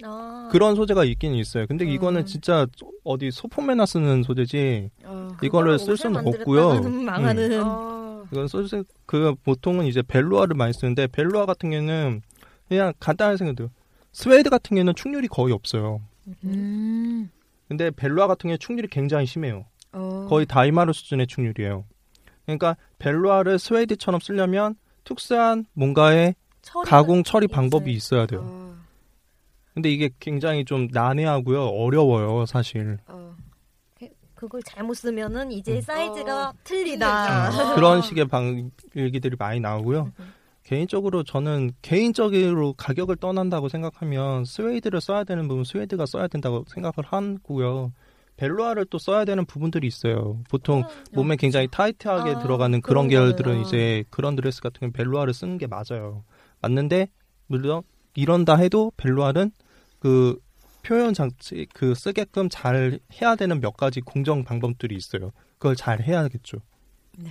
[SPEAKER 7] 아.
[SPEAKER 5] 그런 소재가 있긴 있어요. 근데
[SPEAKER 3] 음.
[SPEAKER 5] 이거는 진짜 어디 소품에나 쓰는 소재지
[SPEAKER 3] 어.
[SPEAKER 5] 이걸로 쓸
[SPEAKER 7] 옷을
[SPEAKER 5] 수는
[SPEAKER 7] 만들었다가는
[SPEAKER 5] 없고요. 음.
[SPEAKER 7] 망하는
[SPEAKER 3] 어.
[SPEAKER 5] 이건 소스 그 보통은 이제 벨루아를 많이 쓰는데 벨루아 같은 경우는 그냥 간단하게 생각해요. 스웨이드 같은 경우는 충률이 거의 없어요.
[SPEAKER 3] 음.
[SPEAKER 5] 근데 벨루아 같은 경우 충률이 굉장히 심해요.
[SPEAKER 3] 어.
[SPEAKER 5] 거의 다이마르 수준의 충률이에요. 그러니까 벨루아를 스웨이드처럼 쓰려면 특수한 뭔가의
[SPEAKER 7] 처리가-
[SPEAKER 5] 가공 처리 방법이 있어야 돼요. 음.
[SPEAKER 3] 어.
[SPEAKER 5] 근데 이게 굉장히 좀 난해하고요. 어려워요, 사실.
[SPEAKER 3] 어.
[SPEAKER 7] 그걸 잘못 쓰면은 이제
[SPEAKER 5] 음.
[SPEAKER 7] 사이즈가
[SPEAKER 3] 어.
[SPEAKER 5] 그
[SPEAKER 7] 틀리다.
[SPEAKER 3] 아.
[SPEAKER 5] 그런 식의 방 일기들이 많이 나오고요. 개인적으로 저는 개인적으로 가격을 떠난다고 생각하면 스웨이드를 써야 되는 부분 스웨이드가 써야 된다고 생각을 하고요. 벨루아를 또 써야 되는 부분들이 있어요.
[SPEAKER 7] 음.
[SPEAKER 5] 보통 몸에 굉장히 타이트하게
[SPEAKER 7] 아,
[SPEAKER 5] 들어가는
[SPEAKER 7] 그런
[SPEAKER 5] 그런 계열들은
[SPEAKER 7] 거구나.
[SPEAKER 5] 이제 그런 드레스 같은 경우 벨루아를 쓰는 게 맞아요. 맞는데 물론 이런다 해도 벨루아는 그 표현 장치 그 쓰게끔 잘 해야 되는 몇 가지 공정 방법들이 있어요. 그걸 잘 해야겠죠.
[SPEAKER 3] 네.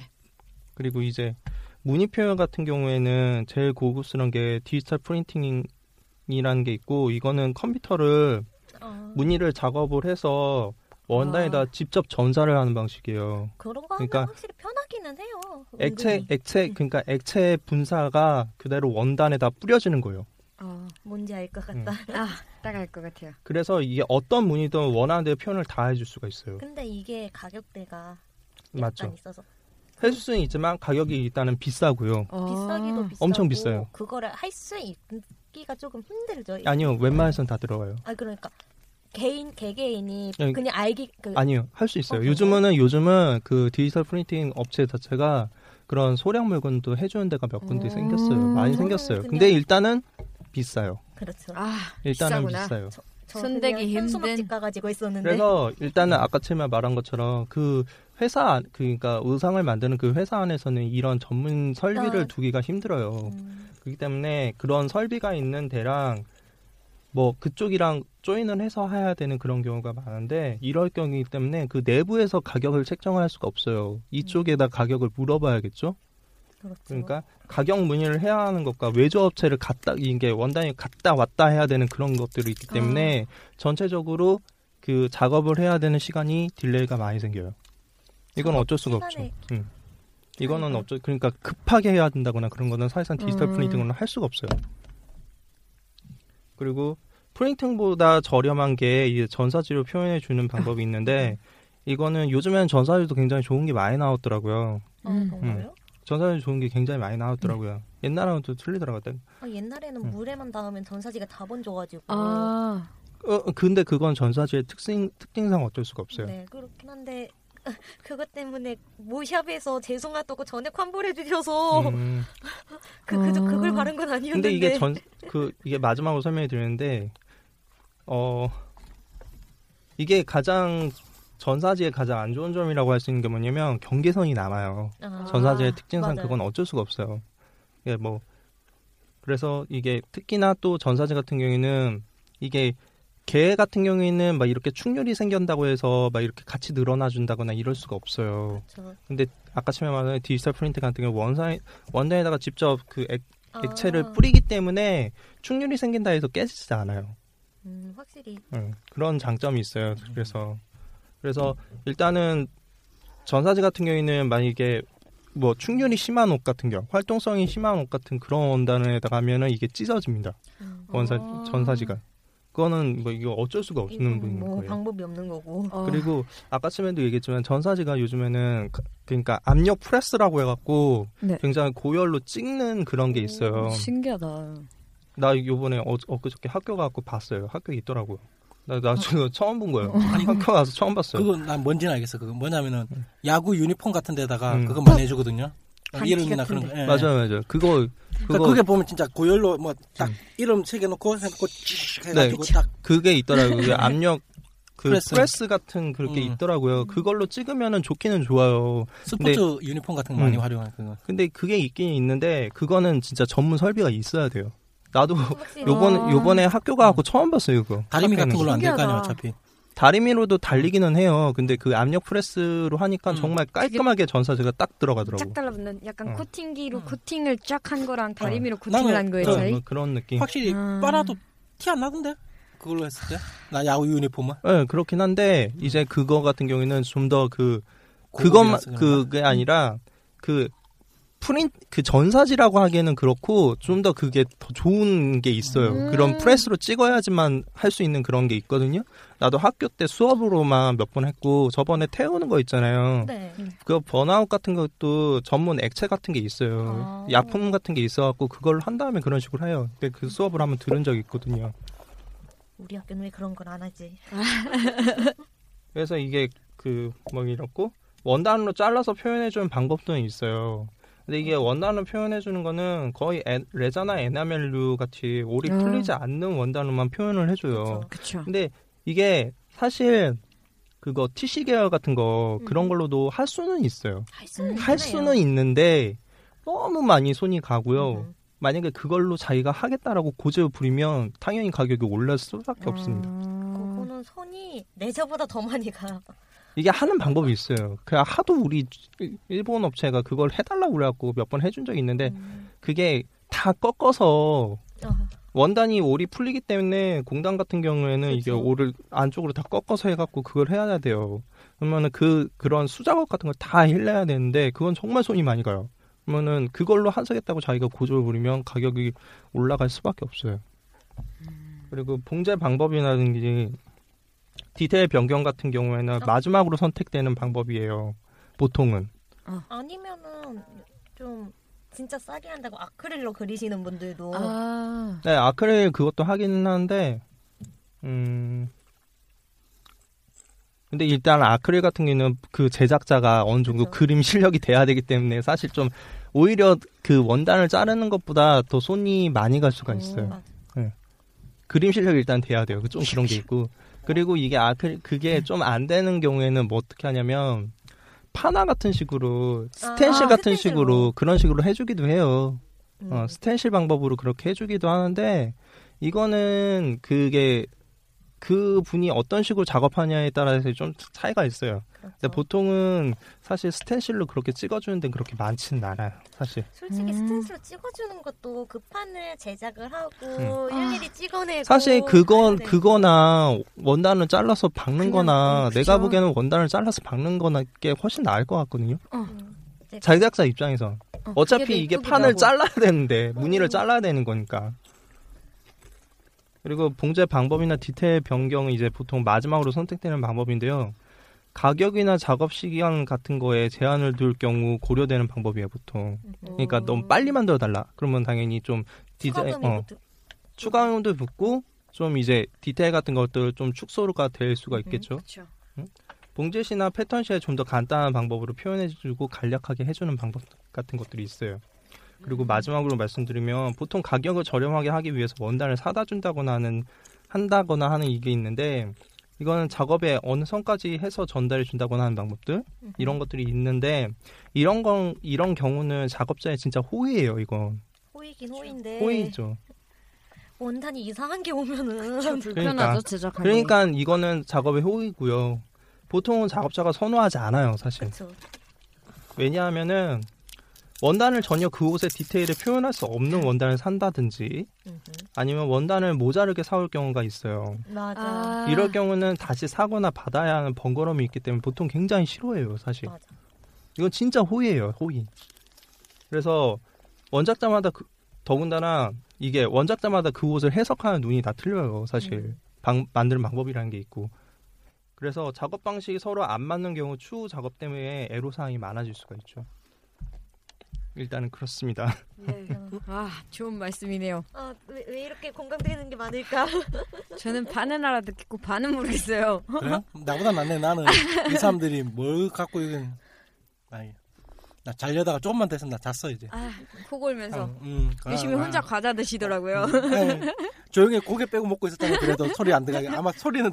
[SPEAKER 5] 그리고 이제 무늬 표현 같은 경우에는 제일 고급스러운 게 디지털 프린팅이라는 게 있고 이거는 컴퓨터를
[SPEAKER 7] 아,
[SPEAKER 5] 무늬를 작업을 해서 원단에다
[SPEAKER 3] 아.
[SPEAKER 5] 직접 전사를 하는 방식이에요.
[SPEAKER 7] 그런 거 하면
[SPEAKER 5] 그러니까
[SPEAKER 7] 확실히 편하기는 해요.
[SPEAKER 5] 액체
[SPEAKER 7] 은근히.
[SPEAKER 5] 액체 그러니까 액체 분사가 그대로 원단에다 뿌려지는 거예요.
[SPEAKER 3] 어.
[SPEAKER 7] 뭔지 알 것 같다.
[SPEAKER 5] 음.
[SPEAKER 3] 아, 따라갈 것 같아요.
[SPEAKER 5] 그래서 이게 어떤 무늬든 원하는 대로 표현을 다 해줄 수가 있어요.
[SPEAKER 7] 근데 이게 가격대가 약간
[SPEAKER 5] 맞죠?
[SPEAKER 7] 있어서
[SPEAKER 5] 해줄 수는 있지만 가격이 일단은 비싸고요.
[SPEAKER 3] 어.
[SPEAKER 7] 비싸기도 비싸고
[SPEAKER 5] 아. 엄청 비싸요.
[SPEAKER 7] 그거를 할 수 있기가 조금 힘들죠.
[SPEAKER 5] 아니요, 웬만해선 다 들어가요.
[SPEAKER 7] 아 그러니까 개인 개개인이
[SPEAKER 5] 아니,
[SPEAKER 7] 그냥 알기 그
[SPEAKER 5] 아니요, 할 수 있어요.
[SPEAKER 7] 어,
[SPEAKER 5] 요즘은 요즘은 그 디지털 프린팅 업체 자체가 그런 소량 물건도 해주는 데가 몇 군데
[SPEAKER 3] 음.
[SPEAKER 5] 생겼어요. 많이
[SPEAKER 7] 저는
[SPEAKER 5] 생겼어요.
[SPEAKER 7] 그냥-
[SPEAKER 5] 근데 일단은 비싸요.
[SPEAKER 7] 그렇죠.
[SPEAKER 3] 아,
[SPEAKER 5] 일단은
[SPEAKER 3] 비싸구나.
[SPEAKER 5] 비싸요.
[SPEAKER 7] 저
[SPEAKER 3] 손대기
[SPEAKER 7] 그냥
[SPEAKER 3] 힘든.
[SPEAKER 7] 손수건집 가가지고 있었는데
[SPEAKER 5] 그래서 일단은 아까 제가 말한 것처럼 그 회사 안- 그러니까 의상을 만드는 그 회사 안에서는 이런 전문 설비를
[SPEAKER 7] 아.
[SPEAKER 5] 두기가 힘들어요.
[SPEAKER 7] 음,
[SPEAKER 5] 그렇기 때문에 그런 설비가 있는 데랑 뭐 그쪽이랑 조인을 해서 해야 되는 그런 경우가 많은데 이럴 경우이기 때문에 그 내부에서 가격을 책정할 수가 없어요.
[SPEAKER 7] 음.
[SPEAKER 5] 이쪽에다 가격을 물어봐야겠죠.
[SPEAKER 7] 그렇죠.
[SPEAKER 5] 그러니까 가격 문의를 해야 하는 것과 외주 업체를 갔다 이게 원단이 갔다 왔다 해야 되는 그런 것들이 있기 때문에
[SPEAKER 7] 아.
[SPEAKER 5] 전체적으로 그 작업을 해야 되는 시간이 딜레이가 많이 생겨요. 이건 어쩔 수가 없죠.
[SPEAKER 7] 시간에-
[SPEAKER 5] 음. 이거는
[SPEAKER 7] 아이고.
[SPEAKER 5] 어쩔 그러니까 급하게 해야 된다거나 그런 거는 사실상 디지털
[SPEAKER 3] 음.
[SPEAKER 5] 프린팅으로는 할 수가 없어요. 그리고 프린팅보다 저렴한 게 이제 전사지로 표현해 주는 방법이 있는데 이거는 요즘에는 전사지도 굉장히 좋은 게 많이 나왔더라고요.
[SPEAKER 7] 아,
[SPEAKER 3] 음.
[SPEAKER 7] 그런가요?
[SPEAKER 5] 전사지 좋은 게 굉장히 많이 나왔더라고요. 옛날하고 또 틀리더라고요.
[SPEAKER 7] 아, 옛날에는
[SPEAKER 5] 음.
[SPEAKER 7] 물에만 닿으면 전사지가 다 번져가지고
[SPEAKER 3] 아,
[SPEAKER 5] 어, 근데 그건 전사지의 특징 특징상 어쩔 수가 없어요.
[SPEAKER 7] 네 그렇긴 한데 그것 때문에 모샵에서 죄송하다고 전에 환불해 주셔서
[SPEAKER 5] 음.
[SPEAKER 7] 그, 그,
[SPEAKER 3] 아.
[SPEAKER 7] 그걸 바른 건 아니었는데
[SPEAKER 5] 근데 이게 전 그 이게 마지막으로 설명해 드리는데 어 이게 가장 전사지의 가장 안 좋은 점이라고 할 수 있는 게 뭐냐면 경계선이 남아요.
[SPEAKER 7] 아,
[SPEAKER 5] 전사지의 특징상
[SPEAKER 7] 맞아요.
[SPEAKER 5] 그건 어쩔 수가 없어요. 예, 뭐 그래서 이게 특히나 또 전사지 같은 경우에는 이게 개 같은 경우에는 막 이렇게 충렬이 생긴다고 해서 막 이렇게 같이 늘어나 준다거나 이럴 수가 없어요.
[SPEAKER 7] 저-
[SPEAKER 5] 아까 처음에 말한 디지털 프린트 같은 경우 원산 원단에다가 직접 그 액,
[SPEAKER 7] 아.
[SPEAKER 5] 액체를 뿌리기 때문에 충률이 생긴다 해서 깨지지 않아요.
[SPEAKER 7] 음, 확실히
[SPEAKER 5] 응, 그런 장점이 있어요. 그래서 그래서 일단은 전사지 같은 경우에는 만약에 뭐 충률이 심한 옷 같은 경우, 활동성이 심한 옷 같은 그런 원단에다가 하면은 이게 찢어집니다.
[SPEAKER 7] 음,
[SPEAKER 5] 원사
[SPEAKER 3] 아.
[SPEAKER 5] 전사지가. 그거는 뭐 이거 어쩔 수가
[SPEAKER 3] 음,
[SPEAKER 5] 없는
[SPEAKER 7] 이건
[SPEAKER 5] 부분인
[SPEAKER 7] 뭐
[SPEAKER 5] 거예요.
[SPEAKER 7] 방법이 없는 거고
[SPEAKER 3] 어.
[SPEAKER 5] 그리고 아까 처음에도 얘기했지만 전사지가 요즘에는 그- 그러니까 압력 프레스라고 해갖고
[SPEAKER 3] 네.
[SPEAKER 5] 굉장히 고열로 찍는 그런 게 있어요.
[SPEAKER 3] 신기하다.
[SPEAKER 5] 나 요번에 어, 엊그저께 학교 가갖고 봤어요. 학교에 있더라고요. 나, 나 지금 처음 본 거예요. 학교 가서 처음 봤어요.
[SPEAKER 4] 어. 그건 난 뭔지는 알겠어. 그건 뭐냐면은 야구 유니폼 같은 데다가
[SPEAKER 5] 음.
[SPEAKER 4] 그거 많이 해주거든요.
[SPEAKER 7] 반지
[SPEAKER 4] 이름이나 그런 거. 예.
[SPEAKER 5] 맞아요, 맞아요. 그거,
[SPEAKER 4] 그러니까
[SPEAKER 5] 그거, 음.
[SPEAKER 4] 그게 보면 진짜 고열로
[SPEAKER 5] 네.
[SPEAKER 4] 뭐 딱 이름 새겨놓고 해놓고 쭉 해가지고
[SPEAKER 5] 그게 있더라고요. 그 압력, 그
[SPEAKER 4] 프레스.
[SPEAKER 5] 프레스, 같은 그렇게
[SPEAKER 4] 음.
[SPEAKER 5] 있더라고요. 그걸로 찍으면은 좋기는 좋아요.
[SPEAKER 4] 스포츠 유니폼 같은 거 많이
[SPEAKER 5] 음.
[SPEAKER 4] 활용할 그거.
[SPEAKER 5] 근데 그게 있긴 있는데 그거는 진짜 전문 설비가 있어야 돼요. 나도
[SPEAKER 7] 혹시-
[SPEAKER 5] 요번 요번에 학교 가고 처음 봤어요, 그거.
[SPEAKER 4] 다리미 같은 걸로 안 될 거
[SPEAKER 7] 신기하다.
[SPEAKER 4] 아니야 어차피.
[SPEAKER 5] 다리미로도 달리기는 해요. 근데 그 압력 프레스로 하니까
[SPEAKER 4] 음.
[SPEAKER 5] 정말 깔끔하게 전사제가 딱 들어가더라고.
[SPEAKER 3] 쫙 달라붙는 약간
[SPEAKER 5] 어.
[SPEAKER 3] 코팅기로
[SPEAKER 4] 음.
[SPEAKER 3] 코팅을 쫙 한 거랑 다리미로
[SPEAKER 4] 나는
[SPEAKER 3] 코팅을 한 거의
[SPEAKER 4] 저-
[SPEAKER 3] 차이?
[SPEAKER 5] 뭐 그런 느낌.
[SPEAKER 4] 확실히
[SPEAKER 3] 음.
[SPEAKER 4] 빨아도 티 안 나던데 그걸로 했을 때. 나 야구 유니폼만. 아?
[SPEAKER 5] 네, 그렇긴 한데 이제 그거 같은 경우에는 좀 더 그 그것만
[SPEAKER 4] 음. 고급이라서 그런가? 음.
[SPEAKER 5] 그게 아니라 그 프린 그 전사지라고 하기에는 그렇고 좀 더 그게 더 좋은 게 있어요.
[SPEAKER 7] 음.
[SPEAKER 5] 그런 프레스로 찍어야지만 할 수 있는 그런 게 있거든요. 나도 학교 때 수업으로만 몇 번 했고 저번에 태우는 거 있잖아요.
[SPEAKER 7] 네.
[SPEAKER 3] 음.
[SPEAKER 5] 그 번아웃 같은 것도 전문 액체 같은 게 있어요.
[SPEAKER 7] 아.
[SPEAKER 5] 약품 같은 게 있어갖고 그걸 한 다음에 그런 식으로 해요. 근데 그 수업을 한번 들은 적이 있거든요.
[SPEAKER 7] 우리 학교는 왜 그런 걸 안 하지?
[SPEAKER 5] 그래서 이게 그뭐 이렇고 원단으로 잘라서 표현해주는 방법도 있어요. 근데 이게 원단으로 표현해주는 거는 거의 에- 레자나 에나멜류 같이 올이
[SPEAKER 3] 음.
[SPEAKER 5] 풀리지 않는 원단으로만 표현을 해줘요.
[SPEAKER 7] 그쵸.
[SPEAKER 3] 그쵸.
[SPEAKER 5] 근데 이게 사실 그거 티시 계열 같은 거 그런 걸로도 할 수는 있어요.
[SPEAKER 7] 할 수는
[SPEAKER 5] 할 수는 있는데 너무 많이 손이 가고요.
[SPEAKER 7] 요
[SPEAKER 5] 만약에 그걸로 자기가 하겠다라고 고집을 부리면 당연히 가격이 올랐을 수밖에
[SPEAKER 3] 음.
[SPEAKER 5] 없습니다.
[SPEAKER 7] 그거는 손이 내 저보다 더 많이 가.
[SPEAKER 5] 이게 하는 방법이 있어요. 그냥 하도 우리 일- 일본 업체가 그걸 해달라고 그래갖고 몇 번 해준 적이 있는데
[SPEAKER 7] 음.
[SPEAKER 5] 그게 다 꺾어서
[SPEAKER 7] 어,
[SPEAKER 5] 원단이 올이 풀리기 때문에 공단 같은 경우에는 이게
[SPEAKER 7] 그쵸.
[SPEAKER 5] 올을 안쪽으로 다 꺾어서 해갖고 그걸 해야 돼요. 그러면은 그 그런 수작업 같은 걸 다 힐러야 되는데 그건 정말 손이 많이 가요. 그러면은 그걸로 하겠다고 자기가 고집을 부리면 가격이 올라갈 수밖에 없어요. 그리고 봉제 방법이라든지 디테일 변경 같은 경우에는 마지막으로 선택되는 방법이에요. 보통은.
[SPEAKER 7] 아니면은 좀 진짜 싸게 한다고 아크릴로 그리시는 분들도
[SPEAKER 3] 아.
[SPEAKER 5] 네, 아크릴 그것도 하기는 하는데, 음. 근데 일단 아크릴 같은 경우는 그 제작자가 어느 정도
[SPEAKER 7] 그쵸.
[SPEAKER 5] 그림 실력이 돼야 되기 때문에 사실 좀 오히려 그 원단을 자르는 것보다 더 손이 많이 갈 수가 있어요.
[SPEAKER 7] 맞아.
[SPEAKER 5] 그림 실력이 일단 돼야 돼요. 좀 그런 게 있고. 그리고 이게 아크릴, 그게
[SPEAKER 7] 음.
[SPEAKER 5] 좀 안 되는 경우에는 뭐 어떻게 하냐면, 파나 같은 식으로, 스텐실
[SPEAKER 7] 아,
[SPEAKER 5] 같은
[SPEAKER 7] 스텐실로.
[SPEAKER 5] 식으로, 그런 식으로 해주기도 해요.
[SPEAKER 7] 음.
[SPEAKER 5] 어, 스텐실 방법으로 그렇게 해주기도 하는데 이거는 그게 그 분이 어떤 식으로 작업하냐에 따라서 좀 차이가 있어요.
[SPEAKER 7] 그렇죠.
[SPEAKER 5] 근데 보통은 사실 스텐실로 그렇게 찍어주는 데는 그렇게 많지는 않아요. 사실
[SPEAKER 7] 솔직히
[SPEAKER 3] 음.
[SPEAKER 7] 스텐스로 찍어주는 것도 그 판을 제작을 하고 일일이 찍어내고
[SPEAKER 5] 음. 사실 그건
[SPEAKER 7] 하는데
[SPEAKER 5] 그거나 원단을 잘라서 박는
[SPEAKER 3] 그냥,
[SPEAKER 5] 거나
[SPEAKER 3] 음, 그죠.
[SPEAKER 5] 내가 보기에는 원단을 잘라서 박는 거나 게 훨씬 나을 것 같거든요.
[SPEAKER 7] 음, 이제
[SPEAKER 5] 제작자 입장에서
[SPEAKER 7] 그게
[SPEAKER 5] 어차피
[SPEAKER 7] 더
[SPEAKER 5] 이게
[SPEAKER 7] 이쁘기도
[SPEAKER 5] 판을
[SPEAKER 7] 하고. 음.
[SPEAKER 5] 잘라야 되는데 무늬를 잘라야 되는 거니까. 그리고 봉제 방법이나 디테일 변경은 이제 보통 마지막으로 선택되는 방법인데요. 가격이나 작업 시간 같은 거에 제한을 둘 경우 고려되는 방법이에요, 보통. 그러니까 너무 빨리 만들어 달라. 그러면 당연히 좀 디자인
[SPEAKER 7] 추가금이
[SPEAKER 5] 어,
[SPEAKER 7] 붙-
[SPEAKER 5] 추가용도 붙고 좀 이제 디테일 같은 것들 좀 축소가 될 수가 있겠죠.
[SPEAKER 3] 음, 그쵸.
[SPEAKER 5] 봉제 시나 패턴 시에 좀 더 간단한 방법으로 표현해주고 간략하게 해주는 방법 같은 것들이
[SPEAKER 3] 음.
[SPEAKER 5] 있어요. 그리고 마지막으로 말씀드리면 보통 가격을 저렴하게 하기 위해서 원단을 사다 준다거나 하는 한다거나 하는 이게 있는데 이거는 작업에 어느 선까지 해서 전달해 준다거나 하는 방법들 이런 것들이 있는데 이런 건 이런 경우는 작업자의 진짜 호의예요 이건
[SPEAKER 7] 호이긴
[SPEAKER 3] 네.
[SPEAKER 7] 호인데
[SPEAKER 5] 호의죠
[SPEAKER 7] 원단이 이상한 게 오면은
[SPEAKER 3] 불편하죠
[SPEAKER 5] 그러니까.
[SPEAKER 3] 제작하는.
[SPEAKER 5] 그러니까 이거는 작업의 호의고요 보통은 작업자가 선호하지 않아요 사실
[SPEAKER 7] 그렇죠.
[SPEAKER 5] 왜냐하면은 원단을 전혀 그 옷의 디테일을 표현할 수 없는 원단을 산다든지 아니면 원단을 모자르게 사올 경우가 있어요.
[SPEAKER 7] 맞아.
[SPEAKER 3] 아.
[SPEAKER 5] 이럴 경우는 다시 사거나 받아야 하는 번거로움이 있기 때문에 보통 굉장히 싫어해요, 사실.
[SPEAKER 7] 맞아.
[SPEAKER 5] 이건 진짜 호의예요, 호의. 그래서 원작자마다 그- 더군다나 이게 원작자마다 그 옷을 해석하는 눈이 다 틀려요, 사실.
[SPEAKER 7] 음.
[SPEAKER 5] 방- 만드는 방법이라는 게 있고. 그래서 작업 방식이 서로 안 맞는 경우 추후 작업 때문에 애로 사항이 많아질 수가 있죠. 일단은 그렇습니다.
[SPEAKER 3] 네. 아 좋은 말씀이네요.
[SPEAKER 7] 아, 왜, 왜 이렇게 공감되는 게 많을까?
[SPEAKER 3] 저는 반은 알아듣겠고 반은 모르겠어요.
[SPEAKER 4] 그래? 나보다 낫네. 나는 이 사람들이 뭘 갖고 이건 아니 나 자려다가 조금만 됐으면 나 잤어 이제.
[SPEAKER 3] 아, 코골면서
[SPEAKER 4] 음, 음,
[SPEAKER 5] 아,
[SPEAKER 4] 그래,
[SPEAKER 3] 열심히
[SPEAKER 4] 그래.
[SPEAKER 3] 혼자 과자 드시더라고요.
[SPEAKER 4] 음, 네. 조용히 고개 빼고 먹고 있었다면 그래도 소리 안 들어가게 아마 소리는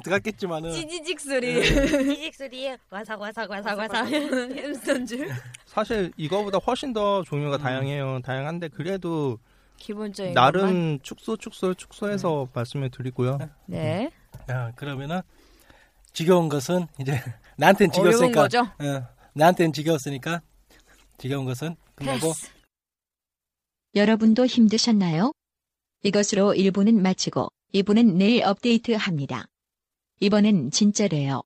[SPEAKER 4] 들어갔겠지만은
[SPEAKER 3] 찌지직 소리.
[SPEAKER 5] 음.
[SPEAKER 3] 아,
[SPEAKER 7] 지직 소리에 와삭 와삭 와삭 와삭.
[SPEAKER 3] 햄스턴 줄.
[SPEAKER 5] 사실 이거보다 훨씬 더 종류가
[SPEAKER 4] 음.
[SPEAKER 5] 다양해요. 다양한데 그래도
[SPEAKER 3] 기본적인 것만?
[SPEAKER 5] 나름 축소 축소 축소해서 말씀을 드리고요.
[SPEAKER 3] 네.
[SPEAKER 4] 아, 그러면은 지겨운 것은 이제 나한텐
[SPEAKER 3] 어려운
[SPEAKER 4] 지겨웠으니까
[SPEAKER 3] 거죠.
[SPEAKER 4] 어, 나한텐 지겨웠으니까 지겨운 것은 끝나고
[SPEAKER 3] 패스.
[SPEAKER 6] 여러분도 힘드셨나요? 이것으로 1부는 마치고 2부는 내일 업데이트합니다. 이번엔 진짜래요.